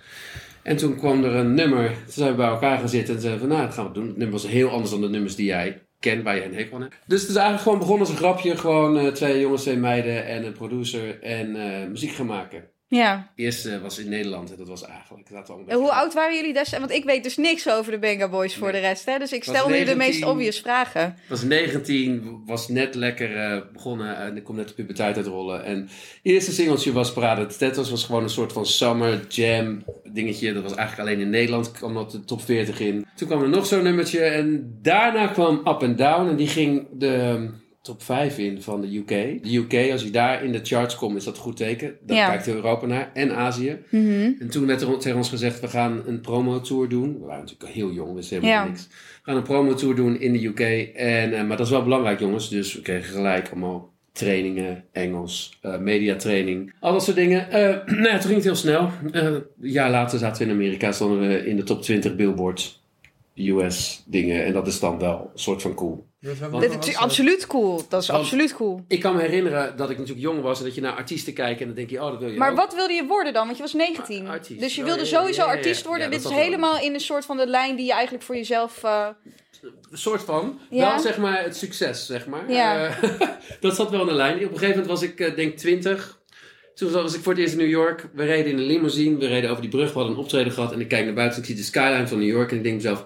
F: En toen kwam er een nummer. Toen zijn we bij elkaar gaan zitten en zeiden van, nou, dat gaan we doen. Het nummer was heel anders dan de nummers die jij kent, waar je een hekel aan hebt. Dus het is eigenlijk gewoon begonnen als een grapje. Gewoon eh, twee jongens, twee meiden en een producer en eh, muziek gaan maken.
H: Ja.
F: Eerst eh, was in Nederland en dat was eigenlijk... Dat al een
H: En
F: beetje-
H: hoe oud waren jullie destijds? Want ik weet dus niks over de Benga Boys voor
F: Nee.
H: de rest, hè? Dus ik
F: Was
H: stel nu de meest
F: 19.
H: obvious vragen.
F: was 19, was net lekker eh, begonnen en ik kom net de puberteit uitrollen. En het eerste singeltje was Parade de Tetos, was gewoon een soort van summer jam dingetje. Dat was eigenlijk alleen in Nederland, kwam dat de top 40 in. Toen kwam er nog zo'n nummertje en daarna kwam Up and Down en die ging de ehm, top 5 in van de UK. De UK, als je daar in de charts komt, is dat een goed teken. Daar
H: Ja.
F: kijkt heel Europa naar en Azië. En toen werd er tegen ons gezegd, we gaan een promotour doen. We waren natuurlijk heel jong, we wisten helemaal
H: Ja.
F: niks. We gaan een promotour doen in de UK. En, eh, maar dat is wel belangrijk, jongens. Dus we kregen gelijk allemaal trainingen, Engels, eh, mediatraining, al dat soort dingen. Eh, nou ja, toen ging het heel snel. Eh, een jaar later zaten we in Amerika, stonden we in de top 20 billboards. US dingen. En dat is dan wel een soort van cool.
H: Dat is absoluut cool. Dat is
F: Want-
H: absoluut cool.
F: Ik kan me herinneren dat ik natuurlijk jong was en dat je naar artiesten kijkt en dan denk je, oh, dat wil je
H: Maar
F: ook.
H: wat wilde je worden dan? Want je was 19.
F: Ar- artiest.
H: Dus je
F: Oh,
H: wilde
F: ja, ja,
H: sowieso
F: ja, ja, ja.
H: artiest worden.
F: Ja,
H: Dit
F: dat
H: is
F: was wel.
H: helemaal in een soort van de lijn die je eigenlijk voor jezelf... eh,
F: Een soort van.
H: Ja.
F: Wel zeg maar het succes, zeg maar.
H: Ja.
F: Eh, dat zat wel in de lijn. Op een gegeven moment was ik, eh, denk 20. Toen was ik voor het eerst in New York. We reden in een limousine. We reden over die brug. We hadden een optreden gehad. En ik kijk naar buiten. Ik zie de skyline van New York. En ik denk mezelf,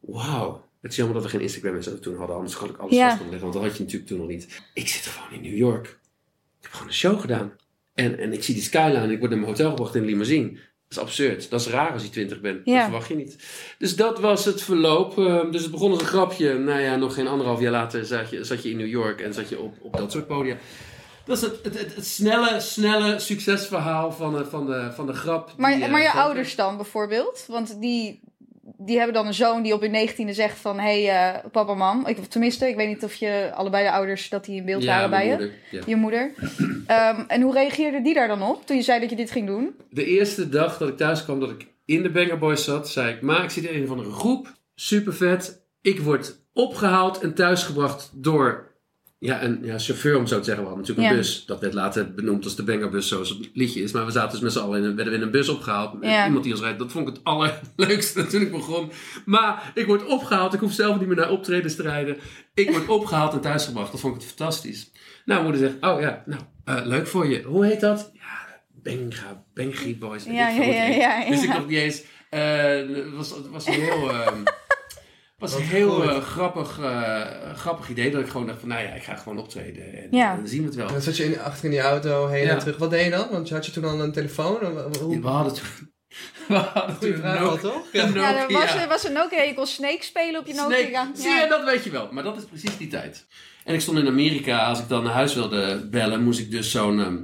F: wauw. Het is jammer dat we geen Instagram en zo toen hadden. Anders had ik alles
H: Ja.
F: vast kunnen leggen. Want dat had je natuurlijk toen nog niet. Ik zit gewoon in New York. Ik heb gewoon een show gedaan. En, en ik zie die skyline. en Ik word naar mijn hotel gebracht in een limousine. Dat is absurd. Dat is raar als je 20 bent.
H: Ja.
F: Dat verwacht je niet. Dus dat was het verloop. Ehm, dus het begon als een grapje. Nou ja, nog geen anderhalf jaar later zat je, zat je in New York en zat je op, op dat soort podia. Dat is het, het, het, het snelle, snelle succesverhaal van de, van de, van de grap. die,
H: Maar,
F: eh,
H: maar je
F: groter-
H: ouders dan bijvoorbeeld? Want die, die hebben dan een zoon die op hun 19e zegt van... Hé, hey, eh, papa, mam. Ik, tenminste, ik weet niet of je allebei de ouders... dat die in beeld
F: ja,
H: waren bij
F: mijn
H: je.
F: moeder, ja.
H: Je moeder. Ehm, en hoe reageerde die daar dan op? Toen je zei dat je dit ging doen?
F: De eerste dag dat ik thuis kwam, dat ik in de Banger Boys zat, zei ik: Ma, ik zit in een of andere groep. Super vet. Ik word opgehaald en thuisgebracht door ja, een ja, chauffeur, om het zo te zeggen. We hadden natuurlijk een
H: Ja.
F: bus. Dat werd later benoemd als de Bangerbus, zoals het liedje is. Maar we zaten dus met z'n allen in een, werden we in een bus opgehaald. Met
H: Ja.
F: Iemand die ons rijdt. Dat vond ik het allerleukste toen ik begon. Maar ik word opgehaald. Ik hoef zelf niet meer naar optredens te rijden. Ik word opgehaald en thuisgebracht. Dat vond ik het fantastisch. Nou, moeder zegt, oh ja, nou, eh, leuk voor je. Hoe heet dat? Ja, Benga, Bengi Boys. weet
H: Ja,
F: ik veel
H: ja,
F: hoe het
H: ja, ja,
F: heet.
H: ja.
F: Wist ik nog niet eens. Eh, Het was, het was een heel... ehm, het was een heel eh, grappig, eh, grappig idee dat ik gewoon dacht van, nou ja, ik ga gewoon optreden en
H: Ja.
F: dan zien we het wel.
D: En dan zat je in, achter in die auto, heen
F: Ja.
D: en terug. Wat deed je dan? Want had je toen al een telefoon? Hoe-
F: We
D: Hoe,
F: hadden toen, we hadden toen
D: goede
F: een
D: vraag al,
F: Nokia.
D: toch?
F: een
H: Ja, er was,
F: Nokia.
H: er was een Nokia. Je kon Snake spelen op je Nokia.
F: Snake.
H: Ja.
F: Zie je, dat weet je wel. Maar dat is precies die tijd. En ik stond in Amerika, als ik dan naar huis wilde bellen, moest ik dus zo'n... ehm,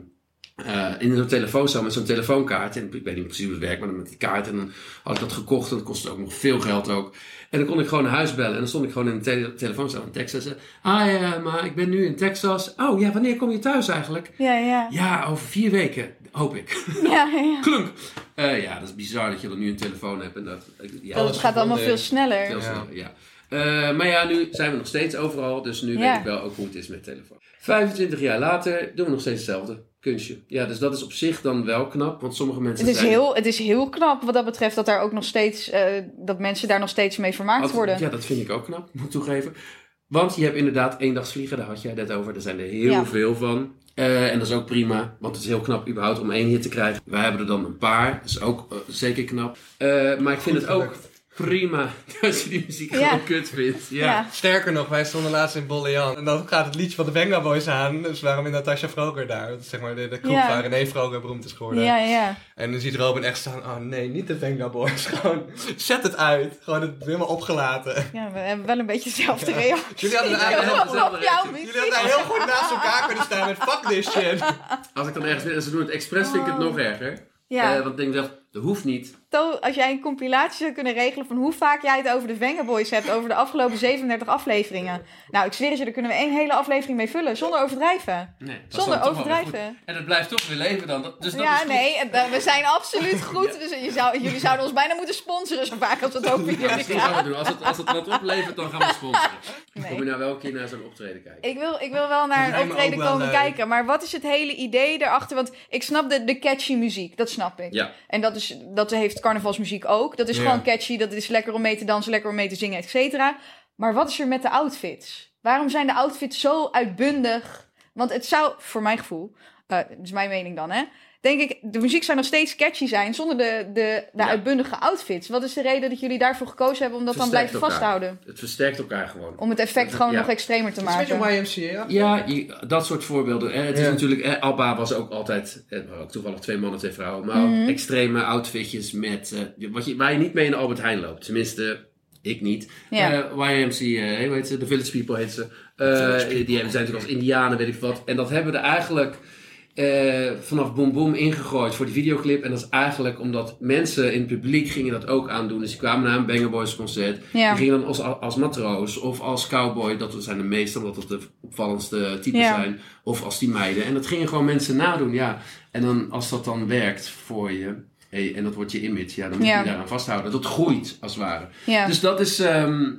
F: eh, in zo'n telefoon zo met zo'n telefoonkaart. En ik weet niet precies hoe het werkt, maar dan met die kaart. En dan had ik dat gekocht en dat kostte ook nog veel geld ook. En dan kon ik gewoon naar huis bellen. En dan stond ik gewoon in de tele telefooncel in Texas. En, ah ja, maar ik ben nu in Texas. Oh ja, wanneer kom je thuis eigenlijk?
H: Ja, ja.
F: Ja, over vier weken, hoop ik.
H: ja, ja, ja.
F: Klunk! Eh, ja, dat is bizar dat je dan nu een telefoon hebt. En dat, ja,
H: Dat gaat allemaal veel sneller.
F: Heel snel, ja. Eh, maar ja, nu zijn we nog steeds overal, dus nu
H: Ja.
F: weet ik wel ook hoe het is met telefoon. 25 jaar later doen we nog steeds hetzelfde kunstje. Ja, dus dat is op zich dan wel knap, want sommige mensen
H: Het is,
F: zijn...
H: heel, het is heel knap wat dat betreft dat, daar ook nog steeds, eh, dat mensen daar nog steeds mee vermaakt
F: Altijd-
H: worden.
F: Ja, dat vind ik ook knap, moet ik toegeven. Want je hebt inderdaad eendagsvliegen, daar had jij net over. Daar zijn er heel
H: Ja.
F: veel van. Eh, en dat is ook prima, want het is heel knap überhaupt om één hit te krijgen. Wij hebben er dan een paar, dat is ook eh, zeker knap. Eh, maar ik vind het ook prima dat je die muziek
H: Ja.
F: gewoon kut vindt. Ja.
H: Ja.
D: Sterker nog, wij stonden laatst in Bollejan. En dan gaat het liedje van de Benga Boys aan. Dus waarom in Natasha Vroger daar? Dat is zeg maar de, de groep
H: Ja.
D: waar René Vroger beroemd is geworden.
H: Ja, ja.
D: En dan ziet Robin echt staan. Oh nee, niet de Benga Boys. Gewoon, zet het uit. Gewoon het helemaal opgelaten.
H: Ja, we hebben wel een beetje dezelfde reactie.
D: Jullie hadden eigenlijk heel
H: op
F: dezelfde
H: jouw
F: reactie.
D: Jullie hadden daar heel goed naast elkaar kunnen staan met fuck this shit.
F: Als ik dan ergens ben en ze doen het expres, vind ik het nog erger.
H: Oh. Ja,
F: Eh, want ik denk dat, dat hoeft niet.
H: To- als jij een compilatie zou kunnen regelen van hoe vaak jij het over de Venga Boys hebt over de afgelopen 37 afleveringen. Nou, ik zweer het je, daar kunnen we één hele aflevering mee vullen zonder overdrijven.
F: Nee, dat is
H: Zonder
F: dan toch wel weer goed.
H: overdrijven.
F: En het blijft toch weer leven dan. Dat- Dus dat is
H: Ja,
F: goed.
H: nee, en, eh, we zijn absoluut goed. Dus je zou, jullie zouden ons bijna moeten sponsoren zo vaak als dat ook weer
F: Ja, dat gaan we doen. Als het, als het wat oplevert, dan gaan we sponsoren. Kom je
H: Nee.
F: nou wel een keer naar zo'n optreden kijken?
H: Ik wil, ik wil wel naar
D: lijkt
H: een
D: me
H: optreden
D: Dus ook wel
H: komen
D: leuk.
H: kijken. Maar wat is het hele idee daarachter? Want ik snap de, de catchy muziek, dat snap ik.
F: Ja.
H: En dat, is, dat heeft carnavalsmuziek ook. Dat is
D: Ja.
H: gewoon catchy, dat is lekker om mee te dansen, lekker om mee te zingen, et cetera. Maar wat is er met de outfits? Waarom zijn de outfits zo uitbundig? Want het zou, voor mijn gevoel, eh dat is mijn mening dan hè... Denk ik, de muziek zou nog steeds catchy zijn zonder de, de, de
F: Ja.
H: uitbundige outfits. Wat is de reden dat jullie daarvoor gekozen hebben om dat dan
F: Versterkt
H: blijven
F: elkaar.
H: vasthouden?
F: Het versterkt elkaar gewoon.
H: Om het effect gewoon
F: Ja.
H: nog extremer te
D: Het is
H: maken.
D: een beetje YMCA.
F: Ja, je- dat soort voorbeelden. Eh, Het is
D: Ja.
F: natuurlijk, eh, Abba was ook altijd, eh, waren ook toevallig twee mannen, twee vrouwen, maar ook
H: Mhm.
F: extreme outfitjes met, eh, wat je, waar je niet mee in de Albert Heijn loopt. Tenminste, ik niet.
H: Ja.
F: Eh, YMC, eh, hoe heet ze? The Village People heet ze. Eh, die hebben, zijn natuurlijk als indianen, weet ik wat. En dat hebben we er eigenlijk eh, vanaf Boom Boom ingegooid voor die videoclip. En dat is eigenlijk omdat mensen in het publiek gingen dat ook aandoen. Dus die kwamen naar een Banger Boys concert.
H: Ja.
F: Die gingen dan als, als matroos of als cowboy, dat zijn de meeste, omdat dat de opvallendste types
H: Ja.
F: zijn. Of als die meiden. En dat gingen gewoon mensen nadoen, ja. En dan, als dat dan werkt voor je, hey, en dat wordt je image, ja, dan moet
H: Ja.
F: je daaraan vasthouden. Dat groeit, als het ware.
H: Ja.
F: Dus dat is, ehm,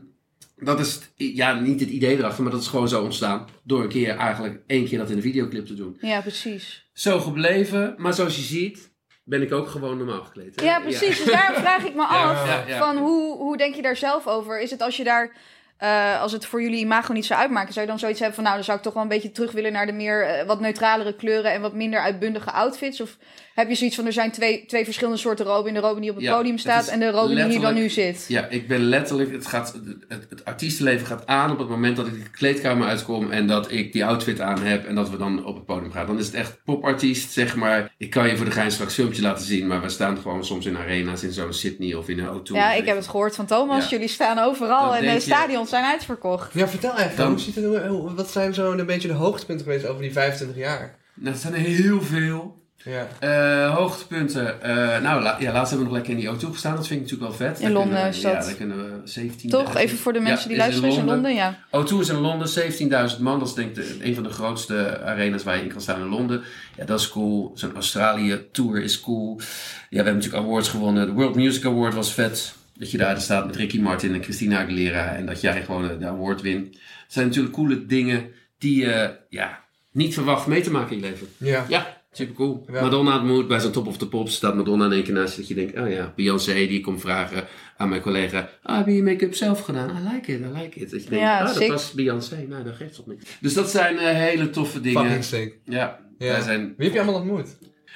F: dat is, ja, niet het idee erachter, maar dat is gewoon zo ontstaan. Door een keer, eigenlijk één keer dat in de videoclip te doen.
H: Ja, precies.
F: Zo gebleven, maar zoals je ziet, ben ik ook gewoon normaal gekleed. hè?
H: Ja, precies. Dus daarom vraag ik me
F: Eh, Ja,
H: af,
F: ja, ja.
H: van hoe, hoe denk je daar zelf over? Is het als je daar, eh, als het voor jullie imago niet zou uitmaken, zou je dan zoiets hebben van, nou, dan zou ik toch wel een beetje terug willen naar de meer eh, wat neutralere kleuren en wat minder uitbundige outfits? Of heb je zoiets van, er zijn twee, twee verschillende soorten Robin. De Robin die op het
F: Ja,
H: podium
F: het
H: staat
F: is
H: en de Robin die hier dan nu
F: letterlijk-
H: zit.
F: Ja, ik ben letterlijk, het, gaat, het, het artiestenleven gaat aan op het moment dat ik de kleedkamer uitkom en dat ik die outfit aan heb en dat we dan op het podium gaan. Dan is het echt popartiest, zeg maar. Ik kan je voor de gein straks filmpje laten zien, maar we staan gewoon soms in arena's in zo'n Sydney of in een O2.
H: Ja, ik heb het gehoord van Thomas.
F: Ja.
H: Jullie staan overal
F: Dan
H: en
F: denk
H: de
F: je-
H: stadions zijn uitverkocht.
D: Ja, vertel even.
F: Dan-
D: Hoe ziet het, hoe- hoe- wat zijn zo'n een beetje de hoogtepunten geweest over die 25 jaar?
F: Nou, dat zijn er heel veel.
D: Ja.
F: Eh, hoogtepunten. Eh, nou, la- ja, laatst hebben we nog lekker in die auto gestaan. Dat vind ik natuurlijk wel vet.
H: In
F: Daar kunnen
H: Londen
F: we,
H: is
F: Ja,
H: dat.
F: daar kunnen we 17
H: Toch? Even voor de mensen die luisteren is in Londen, ja.
F: O2 is in Londen, 17.000 man. Dat is denk ik de- een van de grootste arenas waar je in kan staan in Londen. Ja, dat is cool. Zo'n Australië tour is cool. Ja, we hebben natuurlijk awards gewonnen. De World Music Award was vet. Dat je daar staat met Ricky Martin en Christina Aguilera. En dat jij gewoon eh, de award wint. Dat zijn natuurlijk coole dingen die je ja, niet verwacht mee te maken in je leven.
D: Ja.
F: Ja, super cool.
D: Ja.
F: Madonna ontmoet bij zo'n Top of the Pops. Staat Madonna in één keer naast je dat je denkt... Oh ja, Beyoncé die komt vragen aan mijn collega... Ah, heb je je make-up zelf gedaan? I like it, I like it. Dat je denkt,
H: Ja,
F: ah, dat
H: sick.
F: was Beyoncé. Nou, dat geeft toch niks. Dus dat zijn eh, hele toffe dingen.
D: Fucking sick.
F: Ja,
D: Ja.
F: eh, daar zijn...
D: Wie heb je allemaal ontmoet?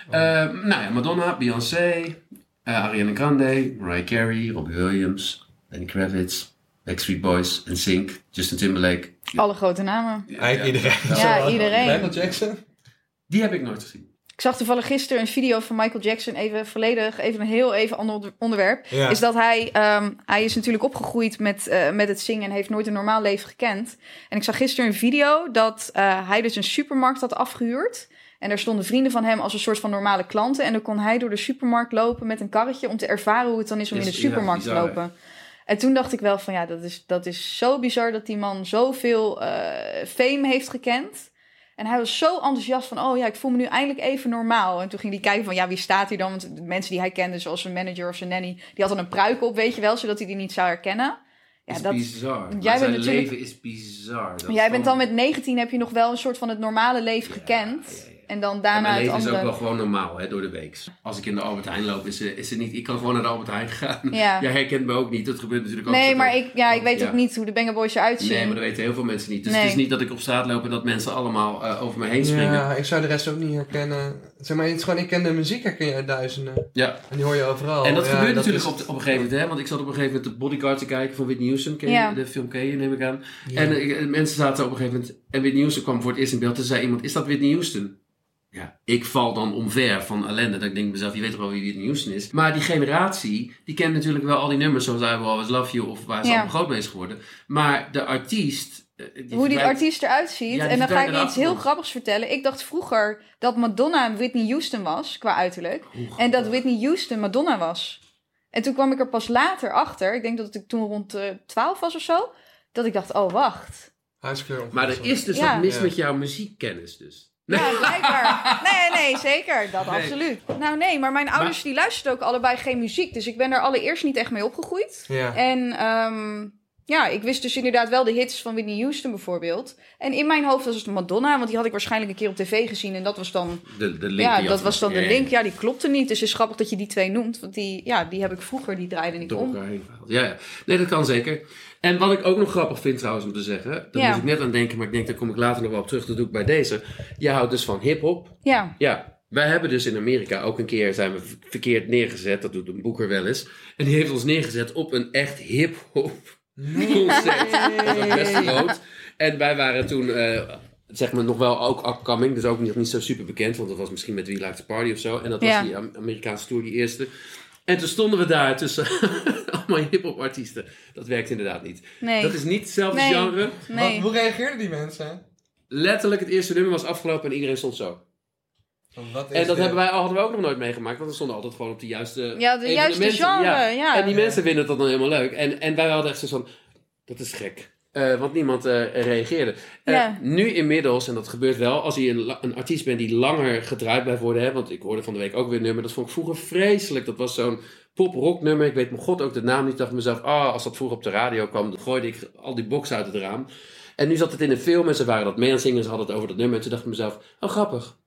F: Eh, nou ja, Madonna, Beyoncé, eh, Ariana Grande, Mariah Carey, Robbie Williams, Lenny Kravitz, Backstreet Boys, NSYNC, Justin Timberlake.
H: Alle grote namen.
D: Eigenlijk iedereen.
H: Ja, iedereen.
D: Michael Jackson?
F: Die heb ik nooit gezien.
H: Ik zag toevallig gisteren een video van Michael Jackson, even volledig, even een heel even ander onder- onderwerp.
D: Ja.
H: Is dat hij, ehm, hij is natuurlijk opgegroeid met, eh, met het zingen en heeft nooit een normaal leven gekend. En ik zag gisteren een video dat eh, hij dus een supermarkt had afgehuurd. En daar stonden vrienden van hem als een soort van normale klanten. En dan kon hij door de supermarkt lopen met een karretje om te ervaren hoe het dan is om
F: Is-
H: in de
F: ja,
H: supermarkt
F: bizar,
H: te
F: hè?
H: lopen. En toen dacht ik wel van ja, dat is, dat is zo bizar dat die man zoveel eh fame heeft gekend. En hij was zo enthousiast van, oh ja, ik voel me nu eindelijk even normaal. En toen ging hij kijken van, ja, wie staat hier dan? Want de mensen die hij kende, zoals zijn manager of zijn nanny, die had dan een pruik op, weet je wel, zodat hij die niet zou herkennen. Ja,
F: is
H: dat,
F: bizar. Maar
H: bent
F: zijn
H: natuurlijk-
F: leven is bizar. Dat
H: jij
F: kan-
H: bent dan met 19, heb je nog wel een soort van het normale leven
F: Ja,
H: gekend.
F: ja, ja.
H: En dan
F: En
H: daarna
F: mijn
H: het
F: leven is ook wel
H: andere.
F: gewoon normaal, hè, door de week. Als ik in de Albert Heijn loop, is, eh, is het niet... Ik kan gewoon naar de Albert Heijn gaan.
H: Ja.
F: Jij herkent me ook niet, dat gebeurt natuurlijk ook.
H: Nee, maar ik, ja, ik weet
F: Ja.
H: ook niet hoe de Banger Boys eruit zien.
F: Nee, maar dat weten heel veel mensen niet. Dus
H: Nee.
F: het is niet dat ik op straat loop en dat mensen allemaal eh, over me heen springen. Ja.
D: Ja, ik zou de rest ook niet herkennen. Zeg maar, het is gewoon, ik ken de muziek, herken je uit duizenden. En die hoor je overal.
F: en dat
D: Oh, Ja,
F: gebeurt natuurlijk
D: is-
F: op, op een gegeven moment, hè? Want ik zat op een gegeven moment de bodyguard te kijken van Whitney Houston. Ken je,
H: Ja.
F: De film ken je, neem ik aan.
D: Ja.
F: En eh, mensen zaten op een gegeven moment... En Whitney Houston kwam voor het eerst in beeld. Toen zei iemand, is dat Whitney Houston? Ja, ik val dan omver van ellende. Dat ik denk mezelf, je weet toch wel wie Whitney Houston is. Maar die generatie, die kent natuurlijk wel al die nummers... zoals I Will Always Love You of waar ze
H: Ja.
F: allemaal groot mee is geworden. Maar de artiest... eh,
H: hoe die
F: verdwijnt-
H: artiest eruit ziet.
F: Ja, die
H: en dan ga ik
F: verdwijnen
H: je iets heel
F: erachter.
H: grappigs vertellen. Ik dacht vroeger dat Madonna en Whitney Houston was, qua uiterlijk. En dat Whitney Houston Madonna was. En toen kwam ik er pas later achter, ik denk dat ik toen rond eh, 12 was of zo, dat ik dacht, oh wacht.
D: Huiskleur
F: Maar er is dus
H: Ja.
F: wat mis
D: Ja.
F: met jouw muziekkennis dus.
H: Ja, blijkbaar. Nee, nee, zeker. Dat absoluut. Nou nee, maar mijn ouders die luisterden ook allebei geen muziek. Dus ik ben daar allereerst niet echt mee opgegroeid.
D: Ja.
H: En ehm, ja, ik wist dus inderdaad wel de hits van Whitney Houston bijvoorbeeld. En in mijn hoofd was het Madonna, want die had ik waarschijnlijk een keer op tv gezien. En dat was dan,
F: De, de link
H: ja,
F: die je
H: dat
F: had
H: was dan de
F: gemaakt.
H: link. Ja, die klopte niet. Dus het is grappig dat je die twee noemt. Want die, ja, die heb ik vroeger, die draaide ik
F: Door
H: om.
F: elkaar heen gehaald. Ja, ja, nee, dat kan zeker. En wat ik ook nog grappig vind trouwens om te zeggen, daar
H: Ja.
F: moest ik net aan denken, maar ik denk daar kom ik later nog wel op terug. Dat doe ik bij deze. Je houdt dus van hip-hop.
H: Ja,
F: Ja, wij hebben dus in Amerika ook een keer zijn we verkeerd neergezet. Dat doet een boeker wel eens. En die heeft ons neergezet op een echt hip-hop concert. Dat was best groot. En wij waren toen. eh, Zeg maar nog wel ook upcoming, dus ook niet, niet zo super bekend, want dat was misschien met We Like the Party of zo. En dat was
H: Ja.
F: die Am- Amerikaanse tour, die eerste. En toen stonden we daar tussen allemaal hip-hop artiesten. Dat werkt inderdaad niet.
H: nee.
F: Dat is niet hetzelfde
H: Nee.
F: genre.
H: nee.
D: Wat, hoe reageerden die mensen?
F: Letterlijk, het eerste nummer was afgelopen en iedereen stond zo.
D: Wat is
F: En dat
D: dit?
F: hebben wij, hadden we ook nog nooit meegemaakt, want we stonden altijd gewoon op de juiste.
H: Ja, de juiste
F: evenementen.
H: genre. Ja.
F: En die mensen vinden dat dan helemaal leuk. En, en wij hadden echt zo van, dat is gek. Eh, want niemand eh, reageerde. Eh,
H: Ja.
F: Nu inmiddels, en dat gebeurt wel, als je een, la- een artiest bent die langer gedraaid blijft worden. Hè, want ik hoorde van de week ook weer een nummer, dat vond ik vroeger vreselijk. Dat was zo'n pop-rock nummer. Ik weet mijn god ook de naam niet. Ik dacht mezelf, ah, als dat vroeger op de radio kwam, dan gooide ik al die box uit het raam. En nu zat het in een film en ze waren dat mee aan het zingen. Ze hadden het over dat nummer. En toen dacht ik mezelf, oh grappig.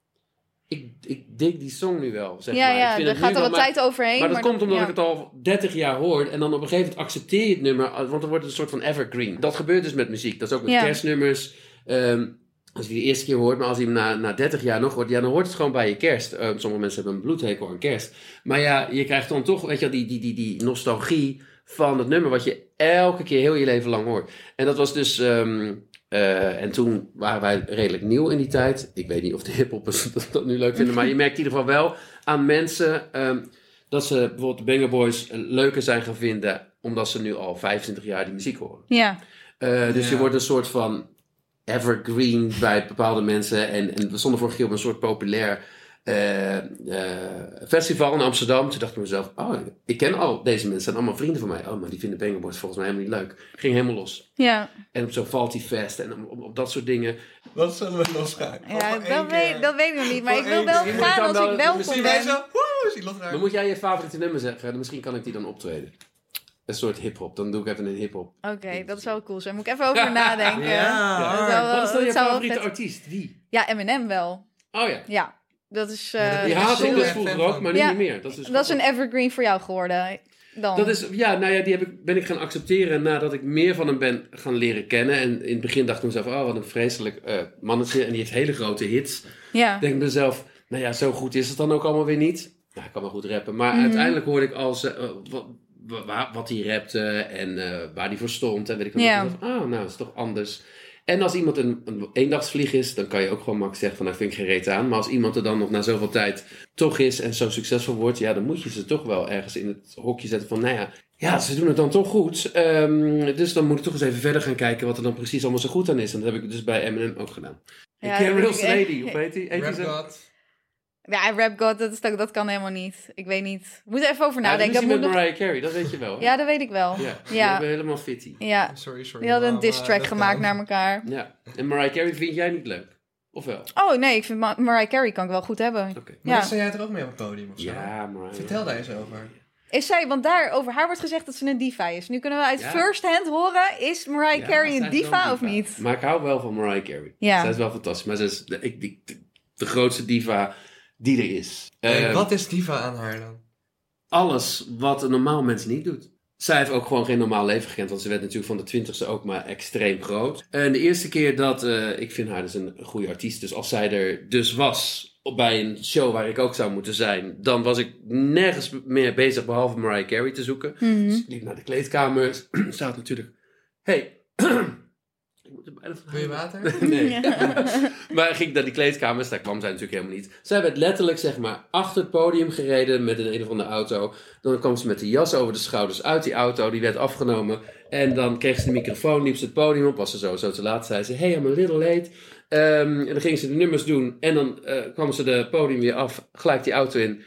F: Ik, ik dig die song nu wel, zeg
H: ja,
F: maar. Ik
H: ja,
F: vind
H: er
F: het nu
H: gaat er
F: wel-
H: wat tijd overheen.
F: maar dat komt omdat
H: ja.
F: ik het al 30 jaar hoor. En dan op een gegeven moment accepteer je het nummer. Want dan wordt het een soort van evergreen. Dat gebeurt dus met muziek. Dat is ook met
H: Ja.
F: kerstnummers. Ehm, als je die de eerste keer hoort, maar als je hem na, na 30 jaar nog hoort, ja, dan hoort het gewoon bij je kerst. Ehm, sommige mensen hebben een bloedhekel aan kerst. Maar ja, je krijgt dan toch, weet je, wel, die, die, die, die nostalgie van het nummer wat je elke keer heel je leven lang hoort. En dat was dus. ehm, eh, en toen waren wij redelijk nieuw in die tijd. Ik weet niet of de hiphoppers dat, dat nu leuk vinden, maar je merkt in ieder geval wel aan mensen ehm, dat ze bijvoorbeeld de Banger Boys eh, leuker zijn gaan vinden, omdat ze nu al 25 jaar die muziek horen.
H: Ja,
F: Eh, dus
D: Ja.
F: je wordt een soort van evergreen bij bepaalde mensen. En, en we stonden vorige keer op een soort populair eh, eh, festival in Amsterdam. Toen dacht ik mezelf, oh, ik ken al deze mensen, zijn allemaal vrienden van mij. Oh, maar die vinden Banger Boys volgens mij helemaal niet leuk. Ging helemaal los.
H: ja.
F: En op zo'n Faulty Fest en op, op, op dat soort dingen.
D: Dat zullen we losgaan.
H: ja dat, weet, dat weet ik nog niet. Maar
D: Voor
H: ik wil
D: één
H: wel
D: keer.
H: gaan
F: Je moet
H: als
F: dan
H: ik
F: wel-
H: welkom
D: Misschien wij
H: ben.
D: zo. Woe, is die los daar.
F: Maar moet jij je favoriete nummer zeggen? Dan Misschien kan ik die dan optreden. Een soort hip-hop. Dan doe ik even een hip-hop.
H: Oké, dat zou wel cool zijn. Moet ik even over nadenken.
D: Ja.
H: Ah. Dat zou wel-
F: Wat is dan je
H: dat zou wel
F: favoriete
H: vet-
F: artiest? Wie?
H: Ja, Eminem wel.
F: Oh ja.
H: Ja, dat is...
D: Ja,
H: eh,
F: Die
D: Ja,
F: haat ik
D: zonder-
F: dus vroeger ook, maar nu
H: Ja.
F: niet meer. Dat is, dus
H: Dat is een evergreen voor jou geworden. Dan.
F: Dat is, ja, nou ja, die heb ik, ben ik gaan accepteren nadat ik meer van hem ben gaan leren kennen. En in het begin dacht ik mezelf, oh, wat een vreselijk eh, mannetje. En die heeft hele grote hits.
H: ja.
F: Ik denk mezelf, nou ja, zo goed is het dan ook allemaal weer niet. Nou, ik kan wel goed rappen. Maar
H: Mhm.
F: uiteindelijk hoorde ik al ze- eh, wat, wa- wat hij rapte en eh, waar hij voor stond. En weet ik wat.
H: Ja.
F: Ik dacht, ah, nou, dat is toch anders. En als iemand een, een eendagsvlieg is, dan kan je ook gewoon makkelijk zeggen van, nou, vind ik geen reet aan. Maar als iemand er dan nog na zoveel tijd toch is en zo succesvol wordt, ja, dan moet je ze toch wel ergens in het hokje zetten van, nou ja, ja, ze doen het dan toch goed. Ehm, dus dan moet ik toch eens even verder gaan kijken wat er dan precies allemaal zo goed aan is. En dat heb ik dus bij Eminem ook gedaan.
H: Ja,
F: en
H: dat
F: Cameron
H: vind ik echt-
F: Lady, of heet die? Heet die
D: Rap
F: zo?
D: God.
H: Ja, Rap God, dat, is, dat, dat kan helemaal niet. Ik weet niet. Nou, Ik moet er even over
F: Ja,
H: nadenken.
F: dat
H: dat
F: is die
H: moet
F: met
H: nog...
F: Mariah Carey, dat weet je wel. hè?
H: Ja, dat weet ik wel.
F: ja. Die
H: Ja.
F: hebben helemaal fitty.
H: Ja,
D: Sorry, sorry.
H: die hadden een
D: maar-
H: diss
D: maar
H: track
D: dat
H: gemaakt
D: kan.
H: naar elkaar.
F: Ja. En Mariah Carey vind jij niet leuk? Of wel? Oké.
H: Oh nee, ik vind Ma- Mariah Carey kan ik wel goed hebben.
D: Maar
H: Ja.
D: dat sta jij er ook mee op het podium of zo?
F: Ja, Mariah.
D: Vertel daar eens over.
H: Is zij, want daar over haar wordt gezegd dat ze een diva is. Nu kunnen we uit
F: Ja.
H: first hand horen, is Mariah
F: Ja,
H: Carey
F: zij
H: een
F: is wel
H: diva of niet?
F: Maar ik hou wel van Mariah Carey.
H: Ja.
F: Zij is wel fantastisch. Maar ze is, ik, ik, ik de grootste diva die er is.
D: Hey,
F: Eh,
D: wat is diva aan haar dan?
F: alles wat een normaal mens niet doet. Zij heeft ook gewoon geen normaal leven gekend, want ze werd natuurlijk van de twintigste ook maar extreem groot. En de eerste keer dat, eh, ik vind haar dus een goede artiest, dus als zij er dus was op- bij een show waar ik ook zou moeten zijn, dan was ik nergens meer bezig behalve Mariah Carey te zoeken. Dus ik liep naar de kleedkamer, staat natuurlijk, hey, ik moet er bijna van
D: Wil je
F: huilen.
D: water?
F: Nee. maar ging ik naar die kleedkamers, daar kwam zij natuurlijk helemaal niet. Zij werd letterlijk zeg maar achter het podium gereden met een een of andere auto. Dan kwam ze met de jas over de schouders uit die auto, die werd afgenomen. En dan kreeg ze de microfoon, liep ze het podium op, was ze sowieso te laat. Zei ze, hey, I'm a little late. Ehm, en dan ging ze de nummers doen en dan eh, kwam ze de podium weer af, gelijk die auto in.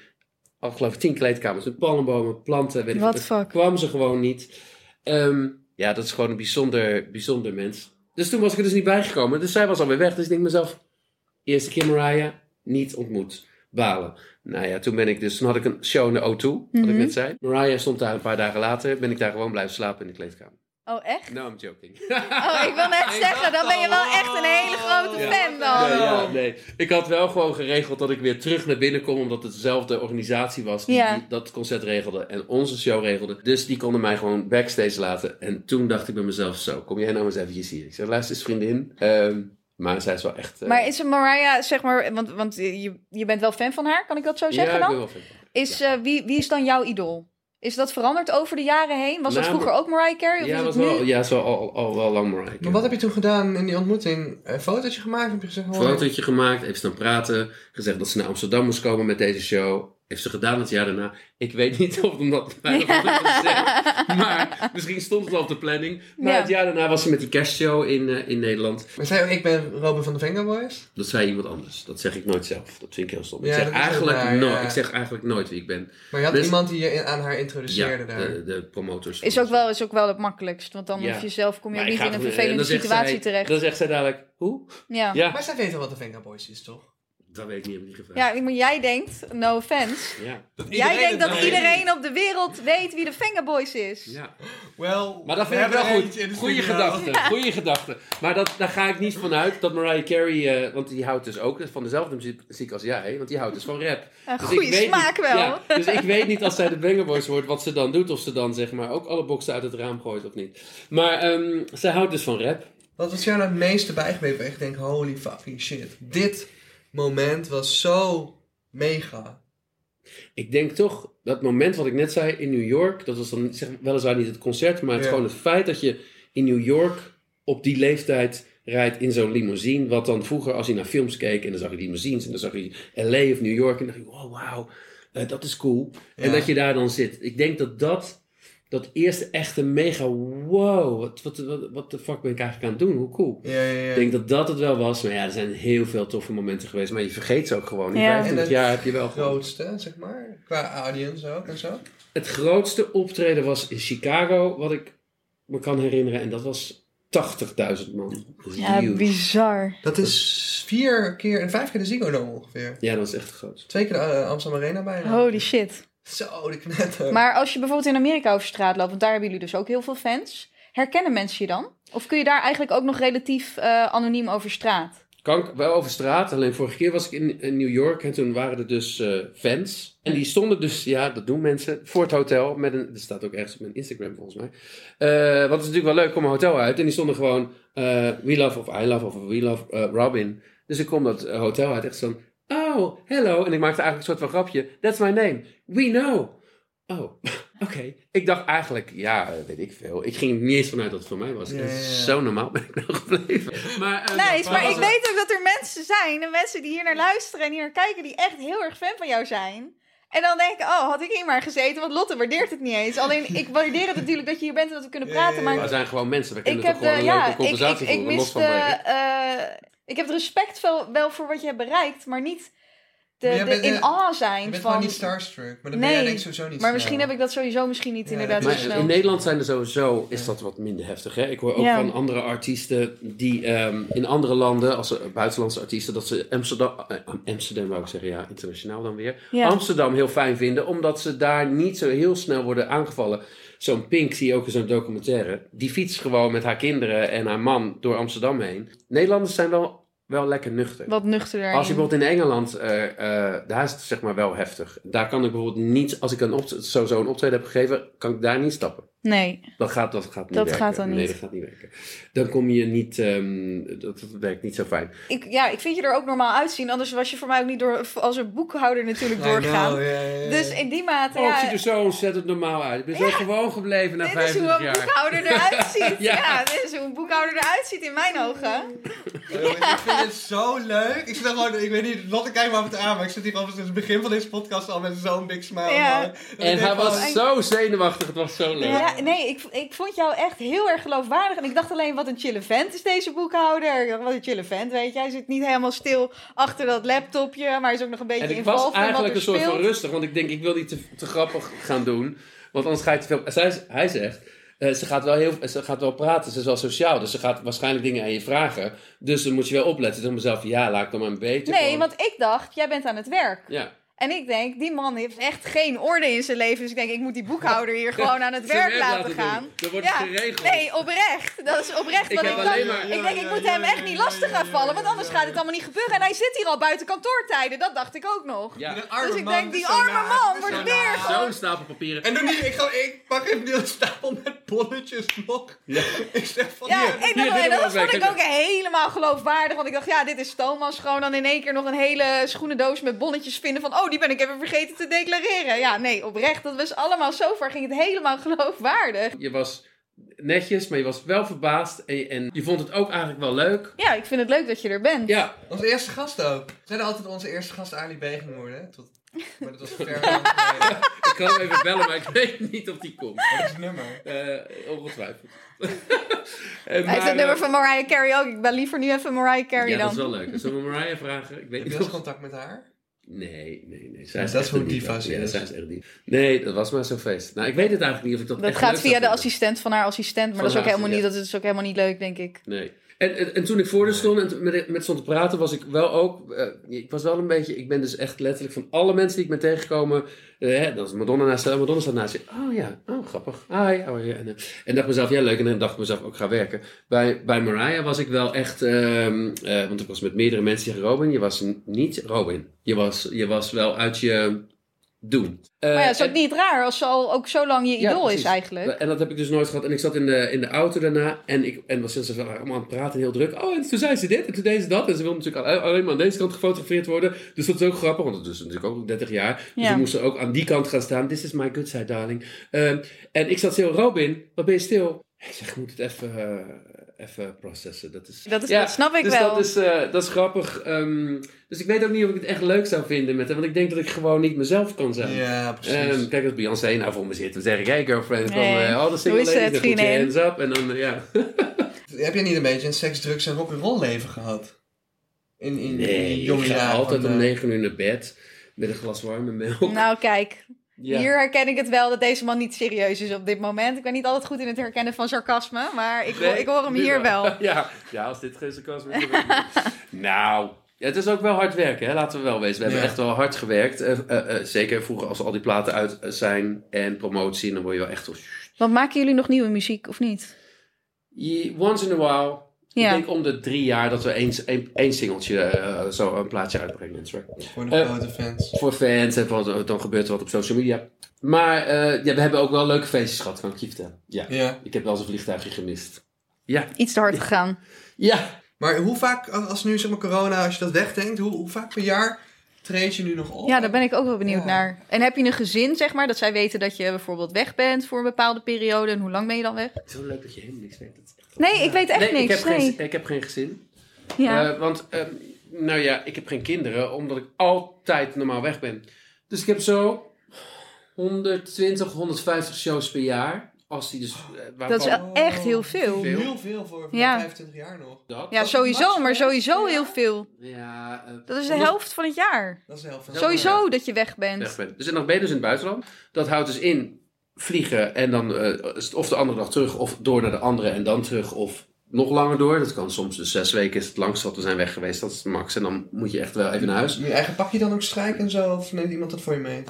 F: Al geloof ik tien kleedkamers met palmbomen, planten, weet ik
H: What
F: wat.
H: fuck?
F: Kwam ze gewoon niet. Ehm, ja, dat is gewoon een bijzonder, bijzonder mens. Dus toen was ik er dus niet bijgekomen. Dus zij was alweer weg. Dus ik denk mezelf, eerste keer Mariah, niet ontmoet. Balen. Nou ja, toen ben ik dus, toen had ik een show in de O2, wat ik
H: Mhm.
F: net zei. Mariah stond daar een paar dagen later, ben ik daar gewoon blijven slapen in de kleedkamer.
H: Oh, echt?
F: No, I'm joking.
H: Oh, ik wil net
D: Ik
H: zeggen,
D: dacht
H: dan ben je wel
D: al,
H: echt een hele grote
F: Oh. Ja.
H: fan
F: Nee,
H: dan.
F: ja, nee. Ik had wel gewoon geregeld dat ik weer terug naar binnen kon, omdat het dezelfde organisatie was die,
H: Ja.
F: die dat concert regelde en onze show regelde. Dus die konden mij gewoon backstage laten. En toen dacht ik bij mezelf, zo, kom jij nou eens eventjes hier. Ik zei, luister eens vriendin. Ehm, maar zij is wel echt... eh,
H: Maar is een Mariah, zeg maar, want, want je, je bent wel fan van haar, kan ik dat zo
F: ja,
H: zeggen
F: ik ben
H: dan?
F: wel fan van haar.
H: Is, eh, wie, wie is dan jouw idool? Is dat veranderd over de jaren heen? Was dat
F: Nou,
H: vroeger ook Mariah Carey? Of
F: Ja,
H: is het
F: was
H: nu?
F: wel, ja, is wel al, al wel lang Mariah
D: Maar
F: Carey.
D: wat heb je toen gedaan in die ontmoeting? Een fotootje gemaakt? Heb je gezegd, hoi?
F: fotootje gemaakt, heeft staan praten, gezegd dat ze naar Amsterdam moest komen met deze show. Heeft ze gedaan het jaar daarna. Ik weet niet of het dat veilig was gezegd, maar misschien stond het al op de planning. Maar
H: Ja.
F: het jaar daarna was ze met die kerstshow in, eh, in Nederland.
D: Maar zei ook, ik ben Robin van de Venga Boys.
F: Dat zei iemand anders. Dat zeg ik nooit zelf. Dat vind ik heel stom. Ik,
D: Ja,
F: zeg,
D: dat is ook
F: eigenlijk
D: waar,
F: no-
D: ja.
F: ik zeg eigenlijk nooit wie ik ben.
D: Maar je had
F: Dus-
D: iemand die je in- aan haar
F: Ja, eh,
D: introduceerde daar.
F: de, de promotors.
H: Is ook wel, is ook wel het makkelijkst, want dan
F: Ja.
H: hoef je zelf, kom je
F: Maar
H: ook
F: ik
H: niet
F: ga
H: in een
F: toch- eh,
H: vervelende
F: dan zegt
H: situatie
F: zij-
H: terecht.
F: Dan zegt zij dadelijk, hoe?
H: Ja. Ja.
F: Ja.
D: Maar zij weet wel wat de Venga Boys is, toch?
F: Dat weet ik niet, heb ik niet gevraagd.
H: Ja, ik bedoel, jij denkt, no offense.
F: Ja.
H: Jij denkt dat
D: het
H: iedereen op de wereld weet wie de Fingerboys is.
F: ja.
D: Wel,
F: Maar dat
D: we
F: vind ik
D: hebben er
F: wel goed.
D: eentje in de
F: Goeie
D: studio.
F: gedachte. Goeie gedachte. Maar dat, daar ga ik niet van uit dat Mariah Carey, eh, want die houdt dus ook van dezelfde muziek- muziek als jij, want die houdt dus van rap.
H: Een
F: Dus
H: goede
F: ik weet
H: smaak
F: niet-
H: wel.
F: ja, dus ik weet niet als zij de Banger Boys hoort wat ze dan doet. Of ze dan zeg maar ook alle boxen uit het raam gooit of niet. Maar ehm, zij houdt dus van rap.
D: Wat was jou nou het meeste bijgebleven? waar je Echt denk, holy fucking shit. Dit moment was zo mega.
F: Ik denk toch dat moment wat ik net zei in New York. Dat was dan zeg, weliswaar niet het concert, maar het,
D: Ja.
F: gewoon het feit dat je in New York op die leeftijd rijdt in zo'n limousine. Wat dan vroeger als je naar films keek en dan zag je limousines en dan zag je LA of New York en dan dacht je, wow, wauw, eh, dat is cool. En
D: Ja.
F: dat je daar dan zit. Ik denk dat dat, dat eerste echte mega wow, wat, wat, wat, wat de fuck ben ik eigenlijk aan het doen, hoe cool.
D: Ja, ja, ja.
F: Ik denk dat dat het wel was, maar ja, er zijn heel veel toffe momenten geweest, maar je vergeet ze ook gewoon. In
H: Ja.
F: 25
D: En Oh, dat-
F: jaar heb je wel gewoon
D: grootste, zeg maar. Qua audience ook en zo.
F: het grootste optreden was in Chicago, wat ik me kan herinneren. En dat was 80.000 man.
H: Ja,
F: Huge.
H: bizar.
D: Dat is vier keer en vijf keer de Ziggo Dome ongeveer.
F: ja, dat is echt groot.
D: Twee keer de eh, Amsterdam Arena bijna.
H: Holy shit.
D: Zo, de knetter.
H: Maar als je bijvoorbeeld in Amerika over straat loopt, want daar hebben jullie dus ook heel veel fans. Herkennen mensen je dan? Of kun je daar eigenlijk ook nog relatief eh, anoniem over straat?
F: Kan ik wel over straat. Alleen vorige keer was ik in, in New York en toen waren er dus eh, fans. En die stonden dus, ja, dat doen mensen, voor het hotel. Met een, dat staat ook ergens op mijn Instagram volgens mij. Eh, want het is natuurlijk wel leuk, ik kom een hotel uit. En die stonden gewoon, eh, we love of I love of we love eh, Robin. Dus ik kom dat eh, hotel uit, echt zo'n, oh, hello. En ik maakte eigenlijk een soort van grapje. That's my name. We know. Oh, oké. Ik dacht eigenlijk, ja, eh, weet ik veel. Ik ging er niet eens vanuit dat het voor mij was.
D: Ja,
F: En
D: ja, ja.
F: Zo normaal ben ik nou gebleven. Maar, eh,
H: Nice, maar
F: was
H: ik
F: wel-
H: weet ook dat er mensen zijn, en mensen die hier naar luisteren en hier naar kijken, die echt heel erg fan van jou zijn. En dan denken, oh, had ik hier maar gezeten, want Lotte waardeert het niet eens. Alleen, ik waardeer het natuurlijk dat je hier bent en dat we kunnen praten, maar
F: Maar we zijn gewoon mensen. We
H: ik
F: kunnen
H: heb,
F: toch gewoon
H: eh,
F: een
H: ja,
F: leuke
H: ik, ik,
F: compensatie
H: ik
F: voeren, los
H: miste,
F: van werk.
H: eh, ik heb respect wel, wel voor wat je hebt bereikt, maar niet de,
D: Maar jij
H: de
D: bent, eh,
H: in awe
D: Je
H: zijn
D: bent
H: van...
D: gewoon niet starstruck. Maar dat ben
H: Nee,
D: jij denk ik sowieso niet
H: Maar misschien
D: snel.
H: heb ik dat sowieso misschien niet
D: Ja,
H: inderdaad dus
D: dat
H: zo
D: is-
F: Maar
H: snel.
F: in Nederland zijn er sowieso, is dat wat minder heftig. Hè? Ik hoor ook
H: Ja.
F: van andere artiesten die ehm, in andere landen, als eh, buitenlandse artiesten, dat ze Amsterdam, eh, Amsterdam wou ik zeggen, ja, internationaal dan weer,
H: Ja.
F: Amsterdam heel fijn vinden, omdat ze daar niet zo heel snel worden aangevallen. Zo'n Pink zie je ook in zo'n documentaire. Die fietst gewoon met haar kinderen en haar man door Amsterdam heen. Nederlanders zijn wel wel lekker nuchter.
H: Wat nuchterder.
F: Als je
H: in.
F: bijvoorbeeld in Engeland, eh, eh, daar is het zeg maar wel heftig. Daar kan ik bijvoorbeeld niet, als ik een opt- zo, zo een optreden heb gegeven, kan ik daar niet stappen.
H: Nee,
F: Dat gaat, dat gaat niet
H: Dat
F: werken.
H: gaat dan
F: Nee,
H: niet.
F: dat gaat niet werken. Dan kom je niet, ehm, dat, dat werkt niet zo fijn.
H: ik, ja, ik vind je er ook normaal uitzien. Anders was je voor mij ook niet door, als een boekhouder natuurlijk
D: I
H: doorgegaan.
D: know, ja, ja, ja.
H: Dus in die mate,
F: Oh, ik
H: ja,
F: zie er zo ontzettend normaal uit. Ik ben zo gewoon gebleven na
H: dit is hoe
F: 25
H: een
F: jaar.
H: boekhouder eruit ziet. ja.
F: Ja.
H: dit is hoe een boekhouder eruit ziet in mijn ogen.
D: Ik vind het zo leuk. Ik zit er gewoon, ik weet niet, wat ik kijk maar op het aan, maar ik zit hier al sinds het begin van deze podcast al met zo'n big smile.
H: Ja.
D: man. Dat ik
F: En
D: denk
F: hij
D: van,
F: was zo zenuwachtig, het was zo leuk.
H: Ja, nee, ik, ik vond jou echt heel erg geloofwaardig. En ik dacht alleen, wat een chille vent is deze boekhouder. Wat een chille vent, weet je. Hij zit niet helemaal stil achter dat laptopje, maar hij is ook nog een beetje
F: En ik
H: involved
F: was
H: in wat
F: eigenlijk
H: er
F: een soort van
H: speelt.
F: rustig, want ik denk, ik wil niet te, te grappig gaan doen. Want anders ga je te veel... Zij, hij zegt, eh, ze, gaat wel heel, ze gaat wel praten, ze is wel sociaal. Dus ze gaat waarschijnlijk dingen aan je vragen. Dus dan moet je wel opletten. Ik dacht mezelf, ja, laat ik dan maar een beetje...
H: Nee,
F: gewoon-
H: want ik dacht, jij bent aan het werk.
F: Ja.
H: En ik denk, die man heeft echt geen orde in zijn leven. Dus ik denk, ik moet die boekhouder hier gewoon aan het
F: Zijn
H: werk laten
F: doen.
H: gaan.
F: Dan wordt
H: Ja.
F: het geregeld.
H: Nee, oprecht. Dat is oprecht.
F: Ik
H: wat
F: heb
H: ik,
F: alleen
H: dacht.
F: maar-
H: ik denk, ik
D: ja,
H: moet
D: ja,
H: hem
D: ja,
H: echt niet
D: ja,
H: lastig
D: ja,
H: gaan
D: ja,
H: vallen. Want
D: ja,
H: anders gaat het allemaal niet gebeuren. En hij zit hier al buiten kantoortijden. Dat dacht ik ook nog.
F: Ja.
D: een arme
H: Dus ik
D: man,
H: denk,
D: dit is
H: die
D: zo
H: arme
D: naar,
H: man
D: dit is zo
H: wordt weer
D: naar.
H: gewoon-
F: Zo'n stapel papieren.
D: En dan niet, ik, ga, ik pak even een stapel met bonnetjes nog.
F: Ja.
D: Ik zeg van,
H: Ja,
D: hier,
H: ik
F: hier,
H: dacht,
F: dit
H: dat
F: moet
H: vond
F: weg,
H: ik
F: dit
H: ook helemaal geloofwaardig. Want ik dacht, ja, dit is Thomas. Gewoon dan in één keer nog een hele schoenendoos met bonnetjes vinden. Van, oh, die ben ik even vergeten te declareren. Ja, nee, oprecht. Dat was allemaal zo ver. Ging het helemaal geloofwaardig.
F: Je was netjes, maar je was wel verbaasd. En, en je vond het ook eigenlijk wel leuk.
H: Ja, ik vind het leuk dat je er bent.
F: Ja,
D: Onze eerste gast ook. Zijn er altijd onze eerste gast Ali B ging worden? hè? Tot, maar dat was ver lang geleden.
F: ik kan hem even bellen, maar ik weet niet of die komt.
D: Dat is het nummer.
F: Eh, ongetwijfeld. En
H: Hij heeft
F: maar,
H: het nummer
F: eh,
H: van Mariah Carey ook. Ik ben liever nu even Mariah Carey
F: Ja, dat is
H: dan.
F: wel leuk. Zullen we Mariah vragen? Ik weet
D: Heb je wel
F: niet
D: eens
F: of...
D: contact met haar?
F: Nee, nee, nee. Zij
D: Ja,
F: is
D: dat
F: echt
D: is hoe
F: een diva.
D: diva's
F: Ja,
D: is.
F: zij is echt diva. Nee, dat was maar zo'n feest. Nou, ik weet het eigenlijk niet of ik dat
H: Dat
F: echt
H: gaat
F: leuk
H: via
F: zou
H: de
F: vinden.
H: assistent van haar assistent. Maar
F: Van
H: dat is, ook
F: haar
H: helemaal niet,
F: assistent. Eh,
H: dat is ook helemaal niet leuk, denk ik.
F: Nee. En, en, en toen ik voor haar stond en t- met, met stond te praten, was ik wel ook. eh, ik was wel een beetje. Ik ben dus echt letterlijk van alle mensen die ik ben tegengekomen. eh, hè, dan is Madonna naast je, Madonna staat naast je. Oh ja, oh grappig. Hi. Oh, ja. En, eh, en dacht mezelf, ja leuk. En dan dacht ik mezelf ook, ga werken. Bij, bij Mariah was ik wel echt. ehm, eh, want ik was met meerdere mensen. die zeggen, Robin, je was n- niet Robin. Je was, je was wel uit je doen. Eh,
H: Maar Oh ja, het is
F: en-
H: ook niet raar als ze al ook zo lang je
F: Ja,
H: idool is
F: precies.
H: eigenlijk.
F: en dat heb ik dus nooit gehad. En ik zat in de, in de auto daarna en, ik, en was ze waren allemaal aan het praten, heel druk. Oh, en toen zei ze dit en toen deed ze dat. En ze wilde natuurlijk alle- alleen maar aan deze kant gefotografeerd worden. Dus dat is ook grappig, want dat is natuurlijk ook 30 jaar. Dus
H: Ja.
F: we moesten ook aan die kant gaan staan. This is my good side, darling. Ehm, en ik zat stil. Robin, wat ben je stil? Ik zeg, ik moet het even, eh, even processen. Dat is...
H: Dat, is,
F: Ja,
H: dat snap ik
F: dus
H: wel.
F: Dat is, eh, dat is grappig. Ehm, dus ik weet ook niet of ik het echt leuk zou vinden met hem. Want ik denk dat ik gewoon niet mezelf kan zijn.
D: Ja,
F: Ehm, kijk, als Beyoncé nou voor me zit, dan zeg ik, hey girlfriend, dan
H: Hey,
F: eh, all the single
H: hoe is
F: ladies,
H: het,
F: dan put your
H: vriendin?
F: hands up. En dan, eh, ja.
D: Ehm, Heb jij niet een beetje een seks, drugs en rock'n'roll leven gehad? In, in, in
F: Nee,
D: je
F: ik
D: jonge
F: ga
D: jaren
F: altijd
D: van,
F: om
D: eh,
F: negen uur naar bed met een glas warme melk.
H: Nou, kijk.
F: ja.
H: Hier herken ik het wel dat deze man niet serieus is op dit moment. Ik ben niet altijd goed in het herkennen van sarcasme, maar ik, hoor,
F: Nee,
H: ik hoor hem
F: nu
H: hier wel.
F: ja. ja, als dit geen sarcasme is. dan weet ik niet. nou, ja, het is ook wel hard werken, hè? laten we wel wezen. We hebben
D: Ja.
F: echt wel hard gewerkt. Eh, eh, eh, zeker vroeger als al die platen uit zijn en promotie, dan word je wel echt... zo-
H: Want maken jullie nog nieuwe muziek of niet?
F: Je- Once in a while...
H: Ja.
F: Ik denk om de drie jaar dat we eens- één één singeltje, eh, zo een plaatje uitbrengen. Sorry.
D: Voor de
F: Eh,
D: grote fans.
F: voor fans en wat, dan gebeurt er wat op social media. Maar eh, ja, we hebben ook wel leuke feestjes gehad, kan ik je vertellen. Ja.
D: Ja.
F: Ik heb wel eens een vliegtuigje gemist.
H: Iets te hard gegaan.
F: Ja,
D: Maar hoe vaak, als als nu zeg maar corona, als je dat wegdenkt, hoe, hoe vaak per jaar treed je nu nog op?
H: Ja, daar ben ik ook wel benieuwd
D: Ja.
H: naar. En heb je een gezin, zeg maar, dat zij weten dat je bijvoorbeeld weg bent voor een bepaalde periode? En hoe lang ben je dan weg?
F: het is wel leuk dat je helemaal niks weet. Dat is echt-
H: Nee, ik weet echt
F: nee,
H: niks.
F: Ik heb,
H: nee.
F: geen, ik heb geen gezin.
H: ja.
F: Eh, want, ehm, nou ja, ik heb geen kinderen, omdat ik altijd normaal weg ben. Dus ik heb zo 120, 150 shows per jaar. Als die dus... eh, Oh. waarvan-
H: dat is wel echt heel veel.
F: veel.
D: Heel veel voor voor
H: Ja.
D: 25 jaar nog.
F: Dat?
H: Ja,
D: is max
H: sowieso,
D: voor
H: maar
D: de
H: sowieso
D: rest,
H: heel
D: ja.
H: veel.
F: Ja, eh,
H: Dat is de
F: honderd-
H: helft van het jaar.
D: Dat is de helft van
F: Ja.
H: Sowieso dat je weg bent.
F: weg bent. Dus en dan ben je dus in het buitenland. Dat houdt dus in vliegen en dan eh, is het of de andere dag terug, of door naar de andere en dan terug, of nog langer door. Dat kan soms dus zes weken is het langst wat we zijn weg geweest. Dat is het max. En dan moet je echt wel even naar huis.
D: Je eigen pakje dan ook strijken en zo? Of neemt iemand dat voor je mee?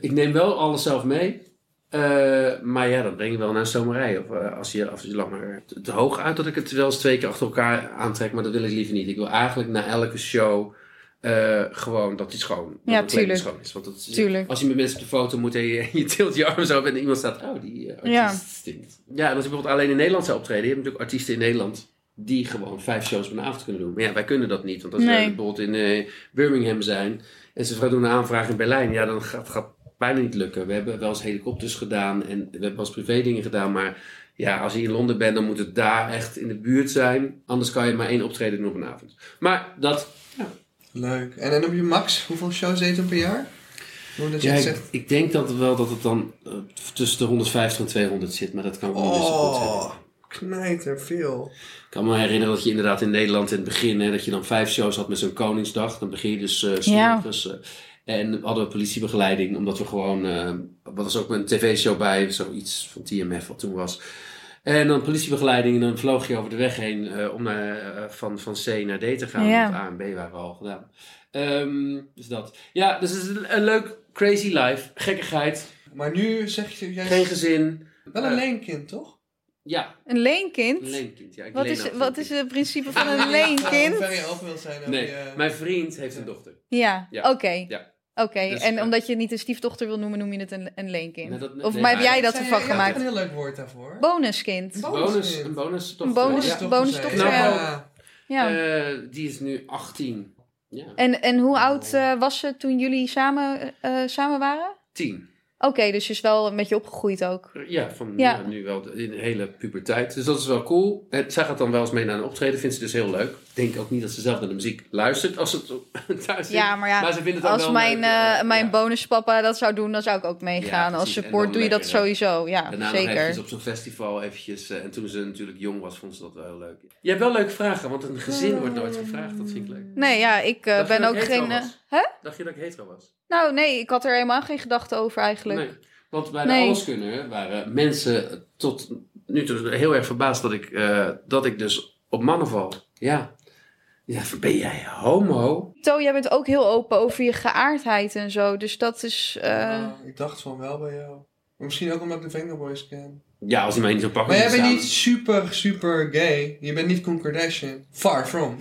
F: Ik neem wel alles zelf mee. Eh, maar ja, dan denk je wel naar een stomerij. Of eh, als, je, als je lang maar te, te hoog uit dat ik het wel eens twee keer achter elkaar aantrek. Maar dat wil ik liever niet. Ik wil eigenlijk na elke show eh, gewoon dat die schoon, dat
H: Ja,
F: het kleding
H: tuurlijk.
F: schoon is. Want dat is
H: Tuurlijk.
F: Als je met mensen op de foto moet en je, je tilt je arm zo op en iemand staat, oh, die eh,
H: Ja.
F: artiest stinkt. Ja, en als je bijvoorbeeld alleen in Nederland zou optreden, je hebt natuurlijk artiesten in Nederland die gewoon vijf shows per avond kunnen doen. Maar ja, wij kunnen dat niet. Want als
H: Nee.
F: wij bijvoorbeeld in eh, Birmingham zijn en ze gaan doen een aanvraag in Berlijn, ja, dan gaat gaat bijna niet lukken. We hebben wel eens helikopters gedaan en we hebben wel eens privé dingen gedaan, maar ja, als je in Londen bent, dan moet het daar echt in de buurt zijn. Anders kan je maar één optreden doen op een avond. Maar dat
D: Leuk. En dan op je max, hoeveel shows deed je per jaar? Hoe dat je
F: Ja,
D: het
F: ik,
D: zegt.
F: ik denk dat wel dat het dan eh, tussen de 150 en 200 zit, maar dat kan ik me niet zo goed zeggen.
D: Oh, knijter veel.
F: Ik kan me herinneren dat je inderdaad in Nederland in het begin, hè, dat je dan vijf shows had met zo'n Koningsdag. Dan begin je dus eh 's
H: Ja.
F: morgens, eh, en we hadden we politiebegeleiding, omdat we gewoon, eh, wat was ook een tv-show bij, zoiets van TMF wat toen was. En dan politiebegeleiding en dan vloog je over de weg heen eh, om naar, eh, van, van C naar D te gaan.
H: Ja.
F: Want A en B waren we al gedaan. Ehm, dus dat. Ja, dus het is een, een leuk crazy life. Gekkigheid.
D: Maar nu zeg je, jij
F: Geen Eh. gezin.
D: wel een leenkind, toch?
F: Ja,
H: Een leenkind?
F: een leenkind. Ja, ik
H: wat,
F: leen
H: is,
F: af en
H: wat
F: toe.
H: is het principe van een leenkind?
D: Ver je af wil zijn. dan
F: Nee,
D: je-
F: mijn vriend heeft een dochter.
H: Ja,
F: Ja.
H: oké.
F: Ja.
H: Oké,
F: Dus,
H: en
F: eh,
H: omdat je het niet een stiefdochter wil noemen, noem je het een, een leenkind.
F: Nou, dat-
H: of
F: nee,
H: maar heb
F: maar-
H: jij dat
D: Zijn-
H: ervan
D: je hebt
H: gemaakt?
D: een heel leuk woord daarvoor.
H: Bonuskind.
D: Bo-
F: Bonus,
D: Bonuskind.
F: een bonus
H: Een
F: dochter.
H: bonus,
F: Ja.
H: bonustochter.
F: Nou,
H: ja.
F: ja.
H: Ja.
F: Eh, die is nu 18. Ja,
H: en, en hoe oud
F: oh.
H: eh, was ze toen jullie samen, eh, samen waren?
F: 10.
H: Oké, dus je is wel met je opgegroeid ook.
F: Ja, van
H: Ja.
F: ja, nu wel de, in de hele puberteit. Dus dat is wel cool. En zij gaat dan wel eens mee naar een optreden. Vindt ze dus heel leuk. Ik denk ook niet dat ze zelf naar de muziek luistert als ze het thuis zit.
H: Ja, maar ja,
F: ze vindt het ook
H: als
F: wel
H: mijn,
F: leuk, eh,
H: eh, mijn
F: ja.
H: bonuspapa dat zou doen, dan zou ik ook meegaan.
F: Ja,
H: Als
F: precies. En
H: support
F: dan
H: doe je dat
F: lekker, ja.
H: sowieso, ja,
F: Daarna nog
H: zeker.
F: eventjes op zo'n festival eventjes. eh, en toen ze natuurlijk jong was, vond ze dat wel heel leuk. Je hebt wel leuke vragen, want een gezin wordt nooit gevraagd. Dat vind ik leuk.
H: Nee, ja, ik eh,
F: Dacht je
H: ben
F: dat
H: ook
F: ik hetero
H: geen... eh,
F: was? Dacht je dat ik hetero was?
H: nou, nee, ik had er helemaal geen gedachten over eigenlijk.
F: Nee. Want bij de
H: Nee.
F: Alleskunner waren mensen tot nu toe heel erg verbaasd dat ik, eh, dat ik dus op mannen val. Ja. Ja, ben jij homo?
H: To, jij bent ook heel open over je geaardheid en zo. Dus dat is. eh,
D: Nou, ik dacht van wel bij jou. Maar misschien ook omdat ik de Fingerboys ken.
F: Ja, als hij mij niet zo pakken
D: Maar jij
F: zou
D: bent niet
F: staan.
D: super, super gay. Je bent niet Kim Kardashian. Far from.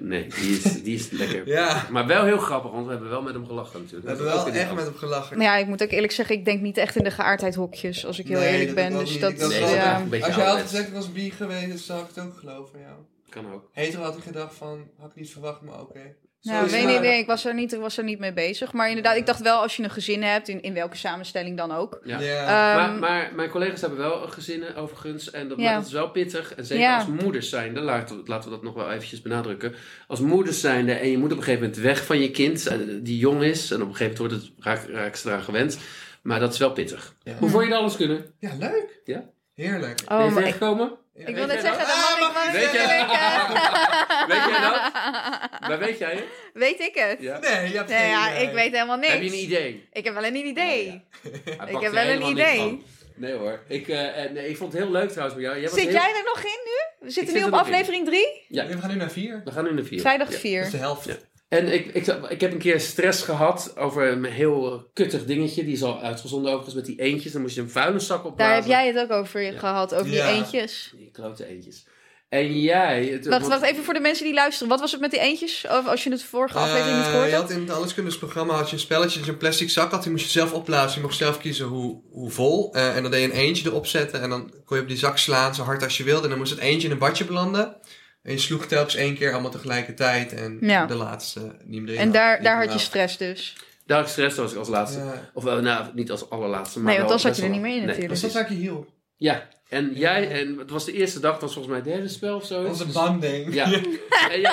F: Nee, die is, die is lekker.
D: Ja.
F: Maar wel heel grappig, want we hebben wel met hem gelachen natuurlijk.
D: We hebben
F: Dat
D: wel
F: is ook in die
D: echt met
F: auto.
D: hem gelachen.
H: maar ja, ik moet ook eerlijk zeggen, ik denk niet echt in de geaardheid hokjes. Als ik heel
D: Nee,
H: eerlijk
D: dat
H: ben.
D: ook
H: Dus
D: niet.
H: dat
D: Ik dacht
H: is.
F: Nee,
D: wel
F: dat is
H: ja.
F: echt een beetje
D: Als jij had
F: ouderwets.
D: gezegd ik was bi geweest, zou ik het ook geloven van jou.
F: Kan ook.
D: Hetero had ik gedacht van, had ik niet verwacht, maar oké. Zo
H: Nou,
D: is
H: weet
D: het.
H: niet, nee, ik was er, niet, ik was er niet mee bezig. Maar inderdaad, ik dacht wel, als je een gezin hebt, in, in welke samenstelling dan ook.
F: Ja.
D: Ja.
H: Ehm,
F: maar, maar mijn collega's hebben wel gezinnen overigens. En dat,
H: Ja.
F: maar dat is wel pittig. En zeker
H: Ja.
F: als moeders zijnde, laten, we- laten we dat nog wel eventjes benadrukken. Als moeders zijnde en je moet op een gegeven moment weg van je kind eh, die jong is. En op een gegeven moment wordt het, raak, raak ze eraan gewend. Maar dat is wel pittig.
D: Ja.
F: Hoe vond je dat alles kunnen?
D: ja, leuk.
F: Ja.
D: Heerlijk.
F: ben je
H: oh, maar ik,
F: terechtgekomen?
H: ik wil
F: Weet
H: net
F: jij
H: zeggen,
D: dat?
H: dat mag
D: Ah, mag
H: ik
D: ik
H: mag ik
F: zeggen?
H: natuurlijk, eh.
F: Weet jij dat? Waar weet jij het?
H: Weet ik het?
F: Ja.
D: Nee, je hebt
H: Nee,
D: geen
H: ja,
D: idee.
H: ik weet helemaal niks.
F: Heb je een idee?
H: Ik heb wel een idee.
F: Ja, ja. Hij pakt
H: heb
F: er
H: wel een
F: helemaal niks
H: idee.
F: van. Nee hoor. Ik, eh, eh, nee, ik vond het heel leuk trouwens met jou. Jij was
H: Zit
F: heel-
H: jij er nog in nu? We
F: Ik
H: zitten
F: zit
H: nu
F: er
H: op
F: nog in.
H: aflevering 3?
D: We gaan nu naar vier.
F: We gaan nu naar vier.
H: Vrijdag
F: Ja.
H: 4.
D: Dat is de helft.
F: Ja. En ik, ik, ik heb een keer stress gehad over een heel eh, kuttig dingetje. Die is al uitgezonden overigens met die eentjes. Dan moest je een vuilniszak opblazen.
H: Daar heb jij het ook over gehad, over die
D: Ja.
H: eentjes.
F: Die klote eentjes. En jij... het-
H: Wacht,
F: want-
H: wacht, even voor de mensen die luisteren. Wat was het met die eentjes? Of als je het vorige aflevering niet
D: Eh,
H: gehoord
D: je had
H: hebt?
D: in het alleskundesprogramma had je een spelletje dat je een plastic zak had. Die moest je zelf opblazen. Je mocht zelf kiezen hoe, hoe vol. Eh, en dan deed je een eentje erop zetten. En dan kon je op die zak slaan zo hard als je wilde. En dan moest het eentje in een badje belanden. En je sloeg telkens één keer allemaal tegelijkertijd. En
H: Ja.
D: de laatste niet meer.
H: En daar, daar had je stress dus.
F: Daar had ik stress was ik als laatste.
D: Ja.
F: Of wel, nou, niet als allerlaatste. Maar
H: Nee, want
F: wel
H: dan zat
F: best
H: je
F: wel-
H: er niet meer in
F: Nee.
H: natuurlijk.
D: Dus dat zak je hiel.
F: Ja. En jij... En het was de eerste dag. Het was volgens mij het derde spel of zo. Dus-
D: Onze banding.
F: Ja. en jij...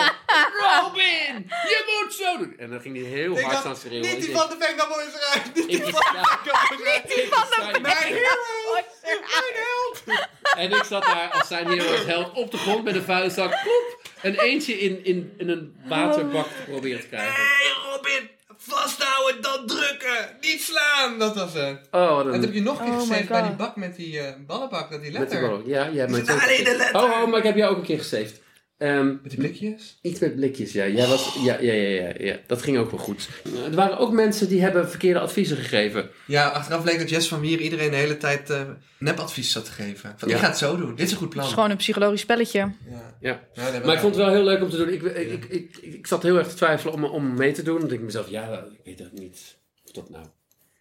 F: Robin! Je moet zo doen! En dan ging hij heel
D: Ik
F: hard
D: dacht,
F: staan schreeuwen.
D: Niet
F: Ik
D: die
F: denk,
D: van de Venga Boys eruit. Niet
F: ik-
D: die van de Venga Boys eruit.
F: ik sta hier-
D: Mijn hero. Mijn held.
F: En ik zat daar als zijn hero als held op de grond met een vuilniszak. Ploep, een eentje in, in, in een waterbak te proberen te krijgen.
D: Hé Robin, vasthouden, dan drukken, Oh, niet slaan. Dat was het. En
F: Oh, wat
D: dat heb
F: een...
D: je nog een keer
H: Oh my
D: gesaved bij die
H: God.
D: bak met die eh ballenbak, dat die
F: Met de
D: letter.
F: bal. Ja, jij hebt
D: Is
F: mij
D: het alleen de
F: gesaved.
D: letter?
F: Oh, oh, maar ik heb jou ook een keer gesaved. Ehm,
D: Met die blikjes?
F: Iets met blikjes, ja. Jij was, ja, ja, ja, ja, ja. Dat ging ook wel goed. Er waren ook mensen die hebben verkeerde adviezen gegeven.
D: Ja, achteraf bleek dat Jess van Wier iedereen de hele tijd eh, nepadvies zat te geven. Van,
F: Ja.
D: Je gaat het zo doen. Dit is een goed
H: Het
D: plan.
H: is gewoon een psychologisch spelletje.
D: Ja.
F: Ja.
D: Ja, nee,
F: Maar ik vond het wel heel leuk om te doen. Ik, ik, ik, ik, ik zat heel erg te twijfelen om, om mee te doen. Dan denk ik mezelf, ja, ik weet dat niet. Of dat nou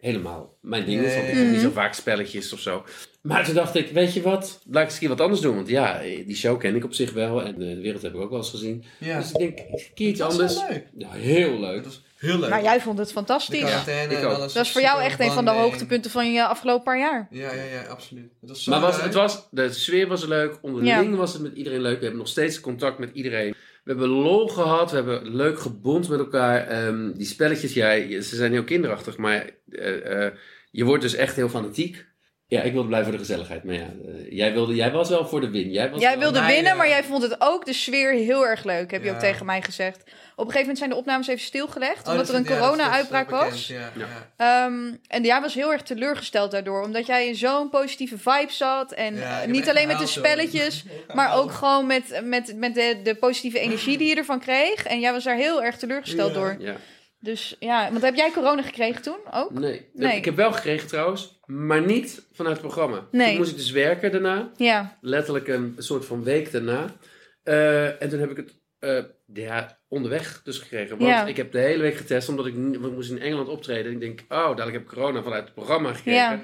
F: helemaal mijn ding is. Want ik heb niet
D: Mhm.
F: zo vaak spelletjes of zo. Maar toen dacht ik, weet je wat? Laat ik eens een keer wat anders doen. Want ja, die show ken ik op zich wel. En eh, de wereld heb ik ook wel eens gezien.
D: Ja.
F: Dus ik denk, ik kies iets
D: Dat was
F: anders.
D: wel leuk.
F: Ja, heel leuk.
D: Het was heel leuk.
H: Maar jij vond het
D: De
H: fantastisch.
D: quarantaine
F: ik
D: en
F: ook.
D: alles
H: Dat is voor jou
D: super
H: echt een van de
D: bonding.
H: hoogtepunten van je afgelopen paar jaar.
D: Ja, ja, ja, absoluut. Het was zo
F: Maar was,
D: leuk.
F: het was, de sfeer was leuk, onderling
H: Ja.
F: was het met iedereen leuk. We hebben nog steeds contact met iedereen. We hebben lol gehad, we hebben leuk gebond met elkaar. Ehm, die spelletjes, jij, ze zijn heel kinderachtig, maar eh, eh, je wordt dus echt heel fanatiek. Ja, ik wilde blijven voor de gezelligheid, maar ja, eh, jij, wilde, jij was wel voor de win. Jij, was
H: Jij
F: wel-
H: wilde
D: mijn,
H: winnen,
D: eh,
H: maar jij vond het ook de sfeer heel erg leuk, heb je
D: Ja.
H: ook tegen mij gezegd. Op een gegeven moment zijn de opnames even stilgelegd,
D: Oh,
H: omdat
D: dat
H: er een
D: vind- ja, dat is-
H: corona-uitbraak
D: dat is wel
H: was.
D: bekend, Ja, ja.
H: Ehm, en jij was heel erg teleurgesteld daardoor, omdat jij in zo'n positieve vibe zat. En
D: Ja, ik
H: eh,
D: heb
H: niet
D: echt
H: alleen met de
D: gehaald, joh.
H: spelletjes, maar ook gewoon met, met, met de, de positieve energie die je ervan kreeg. En jij was daar heel erg teleurgesteld
D: Ja.
H: door.
F: Ja,
H: Dus ja, want heb jij corona gekregen toen ook?
F: nee.
H: Nee.
F: Ik heb wel gekregen trouwens, maar niet vanuit het programma.
H: Nee.
F: Toen moest ik dus werken daarna.
H: Ja,
F: letterlijk een soort van week daarna. Eh, en toen heb ik het eh, ja, onderweg dus gekregen. Want
H: Ja.
F: ik heb de hele week getest, omdat ik, niet- want ik moest in Engeland optreden. En ik denk, oh, dadelijk heb ik corona vanuit het programma gekregen.
H: Ja.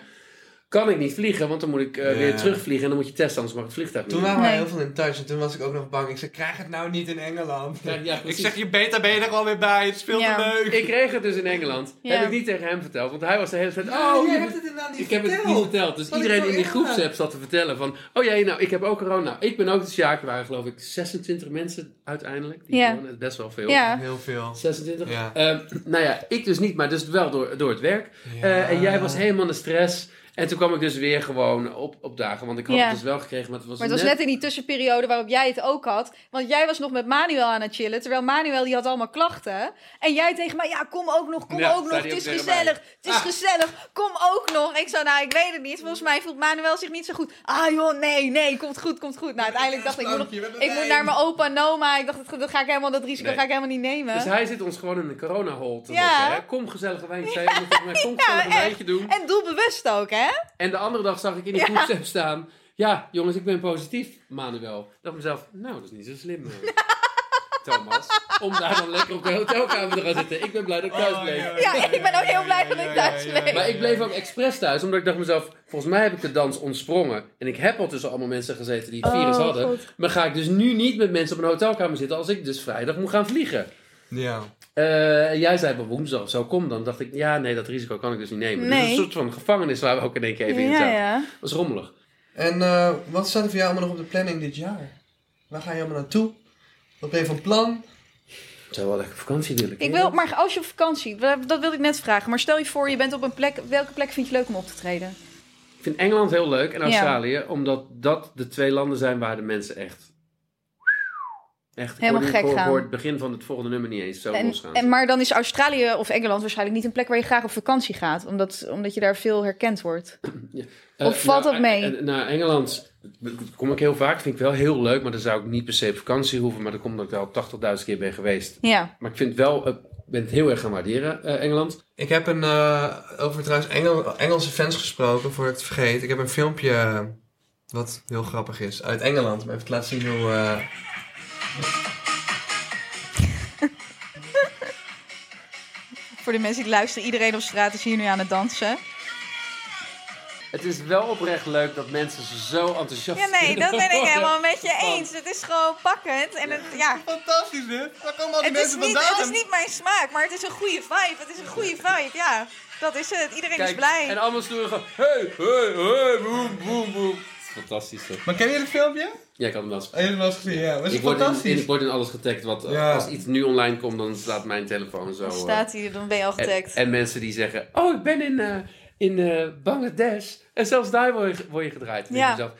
F: Kan ik niet vliegen, want dan moet ik eh,
D: Ja.
F: weer terugvliegen. En dan moet je testen, anders mag ik het vliegtuig
D: Toen
F: niet.
D: waren wij
H: Nee.
D: heel veel in touch en toen was ik ook nog bang. Ik zei, krijg het nou niet in Engeland.
F: Ja, ja,
D: ik
F: precies.
D: zeg, je beta ben je er gewoon weer bij. Het speelt
H: Ja.
D: leuk.
F: Ik kreeg het dus in Engeland.
H: Ja.
F: Heb ik niet tegen hem verteld, want hij was de hele tijd...
D: Ja,
F: oh,
D: jij
F: je
D: hebt
F: moet-
D: het inderdaad niet
F: ik heb het niet
D: verteld.
F: verteld. Dus
D: Wat ik
F: iedereen
D: wil
F: in die
D: ingaan.
F: groepsapp zat te vertellen van... Oh jee, nou, ik heb ook corona. Ik ben ook de Sjaak. Er waren geloof ik 26 mensen uiteindelijk. Die
H: Ja.
F: corona- best wel veel.
H: ja.
D: Heel veel.
F: 26?
D: Ja.
F: Ehm, nou ja, ik dus niet, maar dus wel door, door het werk. Eh, en jij was helemaal in de stress. En toen kwam ik dus weer gewoon op, op dagen. Want ik had
H: Ja.
F: het dus wel gekregen, maar het was,
H: Maar het was net in die tussenperiode waarop jij het ook had. Want jij was nog met Manuel aan het chillen. Terwijl Manuel die had allemaal klachten. En jij tegen mij, ja, kom ook nog, kom
F: Ja,
H: ook nog.
F: zei
H: Het
F: die
H: is
F: ook tegen Ah.
H: gezellig, het is gezellig. Kom ook nog. Ik zei, nou, ik weet het niet. Volgens mij voelt Manuel zich niet zo goed. Ah joh, nee, nee, komt goed, komt goed. Nou, uiteindelijk dacht ik, ik, moet, nog- ik moet naar mijn opa en oma. Ik dacht, dat ga ik helemaal, dat risico
F: Nee.
H: ga ik helemaal niet nemen.
F: Dus hij zit ons gewoon in een corona-hol te
H: Ja.
F: lokken, hè. Kom gezellig wijntje. Zei hij, volgens mij, kom gezellig
H: echt.
F: wijntje doen.
H: En doelbewust ook, hè?
F: En de andere dag zag ik in die groepsapp staan... Ja, jongens, ik ben positief, Manuel. Ik dacht mezelf, nou, dat is niet zo slim, eh, Thomas. Om daar dan lekker op de hotelkamer te gaan zitten. Ik ben blij dat ik thuis bleef.
H: Ja, ik ben ook heel blij dat ik thuis ben.
F: Maar ik bleef ook expres thuis, omdat ik dacht mezelf, volgens mij heb ik de dans ontsprongen. En ik heb al tussen allemaal mensen gezeten die het virus
H: Oh,
F: hadden.
H: God.
F: Maar ga ik dus nu niet met mensen op een hotelkamer zitten als ik dus vrijdag moet gaan vliegen.
D: Ja.
F: Eh, en jij zei bij woensdag of zo, kom dan. dacht ik, ja, nee, dat risico kan ik dus niet nemen. Dus
H: Nee.
F: het is een soort van gevangenis waar we ook in één keer even in zaten.
H: ja.
F: Dat was rommelig.
D: En eh, wat staat er voor jou allemaal nog op de planning dit jaar? Waar ga je allemaal naartoe? Wat ben je van plan?
F: Ik zou wel lekker op vakantie willen.
H: Ik wil, maar als je op vakantie, dat wilde ik net vragen. Maar stel je voor, je bent op een plek. Welke plek vind je leuk om op te treden?
F: Ik vind Engeland heel leuk en
H: Ja.
F: Australië, omdat dat de twee landen zijn waar de mensen echt... Echt, ik
H: Helemaal
F: hoor-
H: gek
F: ik hoor,
H: gaan.
F: hoor het begin van het volgende nummer niet eens zo
H: En,
F: losgaan.
H: en, maar dan is Australië of Engeland waarschijnlijk niet een plek waar je graag op vakantie gaat, omdat, omdat je daar veel herkend wordt.
F: Eh,
H: Of valt
F: nou,
H: dat mee?
F: eh, eh, Naar Engeland kom ik heel vaak. Vind ik wel heel leuk. Maar dan zou ik niet per se op vakantie hoeven. Maar dan komt dat ik daar al 80.000 keer ben geweest.
H: Ja,
F: Maar ik vind wel... eh, ik ben het heel erg gaan waarderen, eh, Engeland.
D: Ik heb een, eh, over trouwens Engel- Engelse fans gesproken, voordat ik het vergeet. Ik heb een filmpje, eh, wat heel grappig is, uit Engeland. Maar even laten zien hoe... eh,
H: voor de mensen die luisteren, iedereen op straat is hier nu aan het dansen.
F: Het is wel oprecht leuk dat mensen zo enthousiast
H: Ja, nee, dat ben ik helemaal met je eens. Het is gewoon pakkend en het, ja.
D: Fantastisch, hè? Waar komen al die
H: Het is,
D: mensen
H: niet,
D: vandaan?
H: het is niet mijn smaak, maar het is een goede vibe. Het is een goede vibe, ja. Dat is het. Iedereen is
F: Kijk,
H: blij.
F: en allemaal stoer gewoon... Hey, hey, hey, boem, boem, boem. Fantastisch, toch?
D: Maar ken je het filmpje?
F: Ja, ik had hem wel eens...
D: Oh, jullie hebben het wel eens gezien, ja. Dat is
F: Ik word, in,
D: fantastisch.
F: ik word in alles getagd. Wat, eh,
D: Ja.
F: Als iets nu online komt, dan staat mijn telefoon zo...
H: Dan
F: eh,
H: staat hij, dan ben je al
F: En,
H: getagd.
F: en mensen die zeggen: Oh, ik ben in, eh, in eh, Bangladesh. En zelfs daar word je, word je gedraaid.
H: Ja.
F: Ja. Jezelf,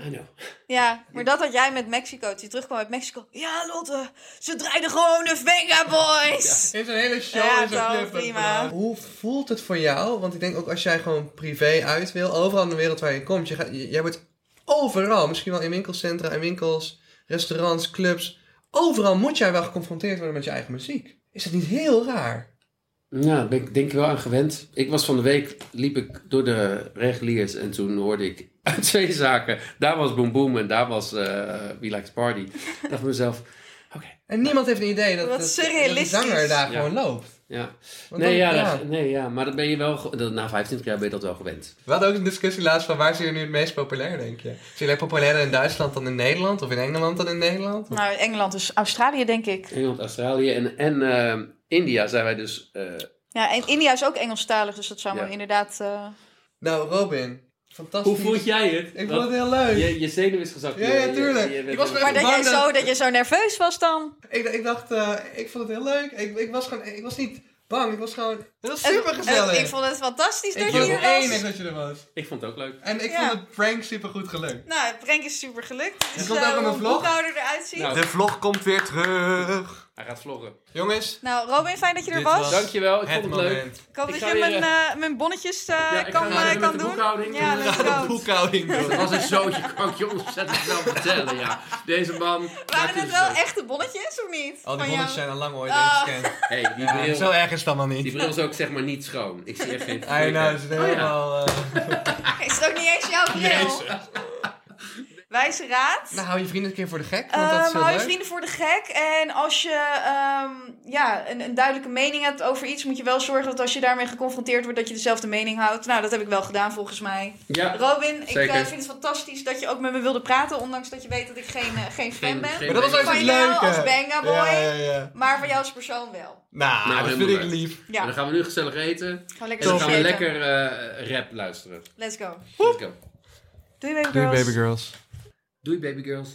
F: I know.
H: Ja, maar dat had jij met Mexico. Toen je terugkwam uit Mexico. Ja, Lotte, ze draaiden gewoon de Venga Boys.
D: In zo'n hele show
H: Ja,
D: in zo'n
H: zo,
D: club.
H: prima.
D: Hoe voelt het voor jou? Want ik denk ook als jij gewoon privé uit wil, overal in de wereld waar je komt, je gaat, j- jij wordt overal, misschien wel in winkelcentra en winkels, restaurants, clubs. Overal moet jij wel geconfronteerd worden met je eigen muziek. Is dat niet heel raar?
F: Ja, daar Nou, ben ik denk ik wel aan gewend. Ik was van de week, liep ik door de reguliers en toen hoorde ik twee zaken. Daar was Boom Boom en daar was eh We Like to Party. Ik dacht bij mezelf, oké.
D: En niemand heeft een idee dat,
H: Wat
D: dat,
H: surrealistisch.
D: dat die zanger daar
F: Ja.
D: gewoon loopt.
F: Ja.
D: Want
F: Nee,
D: dan-
F: ja, dat- nee, ja, maar dat ben je wel, ge- dat- na 25 jaar ben je dat wel gewend.
D: We hadden ook een discussie laatst van waar zijn jullie nu het meest populair, denk je? Zijn jullie populairder in Duitsland dan in Nederland? Of in Engeland dan in Nederland?
H: Nou, Engeland is Australië, denk ik.
F: Engeland, Australië en, en eh, India zijn wij dus... eh,
H: Ja, en India is ook Engelstalig, dus dat zou me
F: Ja.
H: inderdaad... eh,
D: Nou, Robin, fantastisch.
F: hoe vond jij het?
D: Ik
F: Dat-
D: vond het heel leuk.
F: Je, je zenuw is gezakt.
D: Ja,
F: Je-
D: ja,
F: je-
D: tuurlijk.
F: je bent-
D: Ik was
H: Maar dat jij,
D: Bang dat-
H: zo, dat je zo nerveus was dan.
D: Ik, ik dacht, eh, ik vond het heel leuk. Ik, ik was gewoon, ik was niet bang. Ik was gewoon, het was
H: En-
D: super
H: en
D: gezellig.
H: Ik vond het fantastisch
D: Ik
H: dat je
D: was
H: hier
D: enig
H: was.
D: dat je er was.
F: ik vond het ook leuk.
D: En ik
H: Ja.
D: vond het prank super goed gelukt.
H: Nou, Frank is super gelukt. Dus
D: komt
H: eh,
D: ook
H: hoe
D: in
H: een
D: mijn vlog.
H: boekhouder eruit ziet.
F: Nou.
D: De vlog komt weer terug.
F: Hij gaat vloggen.
D: Jongens,
H: Nou, Robin, fijn dat je er
D: Dit
H: was.
D: was-
F: Dankjewel, Oh, ik
D: het
F: vond het leuk.
D: moment.
H: Ik hoop
F: Ik
H: dat
F: ga weer,
H: je mijn, eh, mijn bonnetjes eh,
F: Ja, ik
H: kan,
F: ga
H: eh,
F: weer met
H: kan
F: de
H: doen.
F: boekhouding.
H: Ja,
F: Ik
H: let's
D: Ga de
H: go.
D: boekhouding
F: Dat
D: doen. Oh,
F: was een zootje, kan ik je ontzettend snel vertellen, ja. Deze man... maakt
H: Waren het
F: een
H: wel
F: zootje.
H: echte bonnetjes of niet?
D: Al die
H: Van jou?
D: bonnetjes zijn al lang ooit
H: Ah.
D: ingescand.
F: hey, die,
D: Ja,
F: bril,
D: zo erg is het allemaal
F: die
D: niet.
F: bril is ook zeg maar niet schoon. Ik zie echt geen
D: Hij nou, het is
F: flikker. Oh, ja.
D: helemaal...
H: Oh,
D: eh,
H: Is het ook niet eens jouw bril? Wijze raad.
D: Nou, hou je vrienden een keer voor de gek, want dat is
H: Ehm
D: heel
H: hou je
D: leuk.
H: vrienden voor de gek. En als je ehm, ja, een, een duidelijke mening hebt over iets, moet je wel zorgen dat als je daarmee geconfronteerd wordt, dat je dezelfde mening houdt. Nou, dat heb ik wel gedaan volgens mij.
F: Ja,
H: Robin, ik
F: Zeker.
H: eh, vind het fantastisch dat je ook met me wilde praten, ondanks dat je weet dat ik geen, eh, geen fan
F: Geen-
H: ben.
F: geen-
D: Maar dat was ook
H: Van
D: het
H: jou
D: leuke.
H: als Benga Boy.
D: Ja, ja, ja.
H: Maar van jou als persoon wel.
D: Nou,
F: Nou,
D: dat vind
F: helemaal
D: ik
F: leuk.
D: lief.
H: Ja,
F: En dan gaan we nu gezellig eten. En
H: gewoon lekker
F: dan
H: zitten
F: gaan Dus we
H: eten.
F: lekker eh, rap luisteren.
H: Let's go.
F: Let's go.
H: Doei baby girls.
D: girls.
F: Doei baby girls.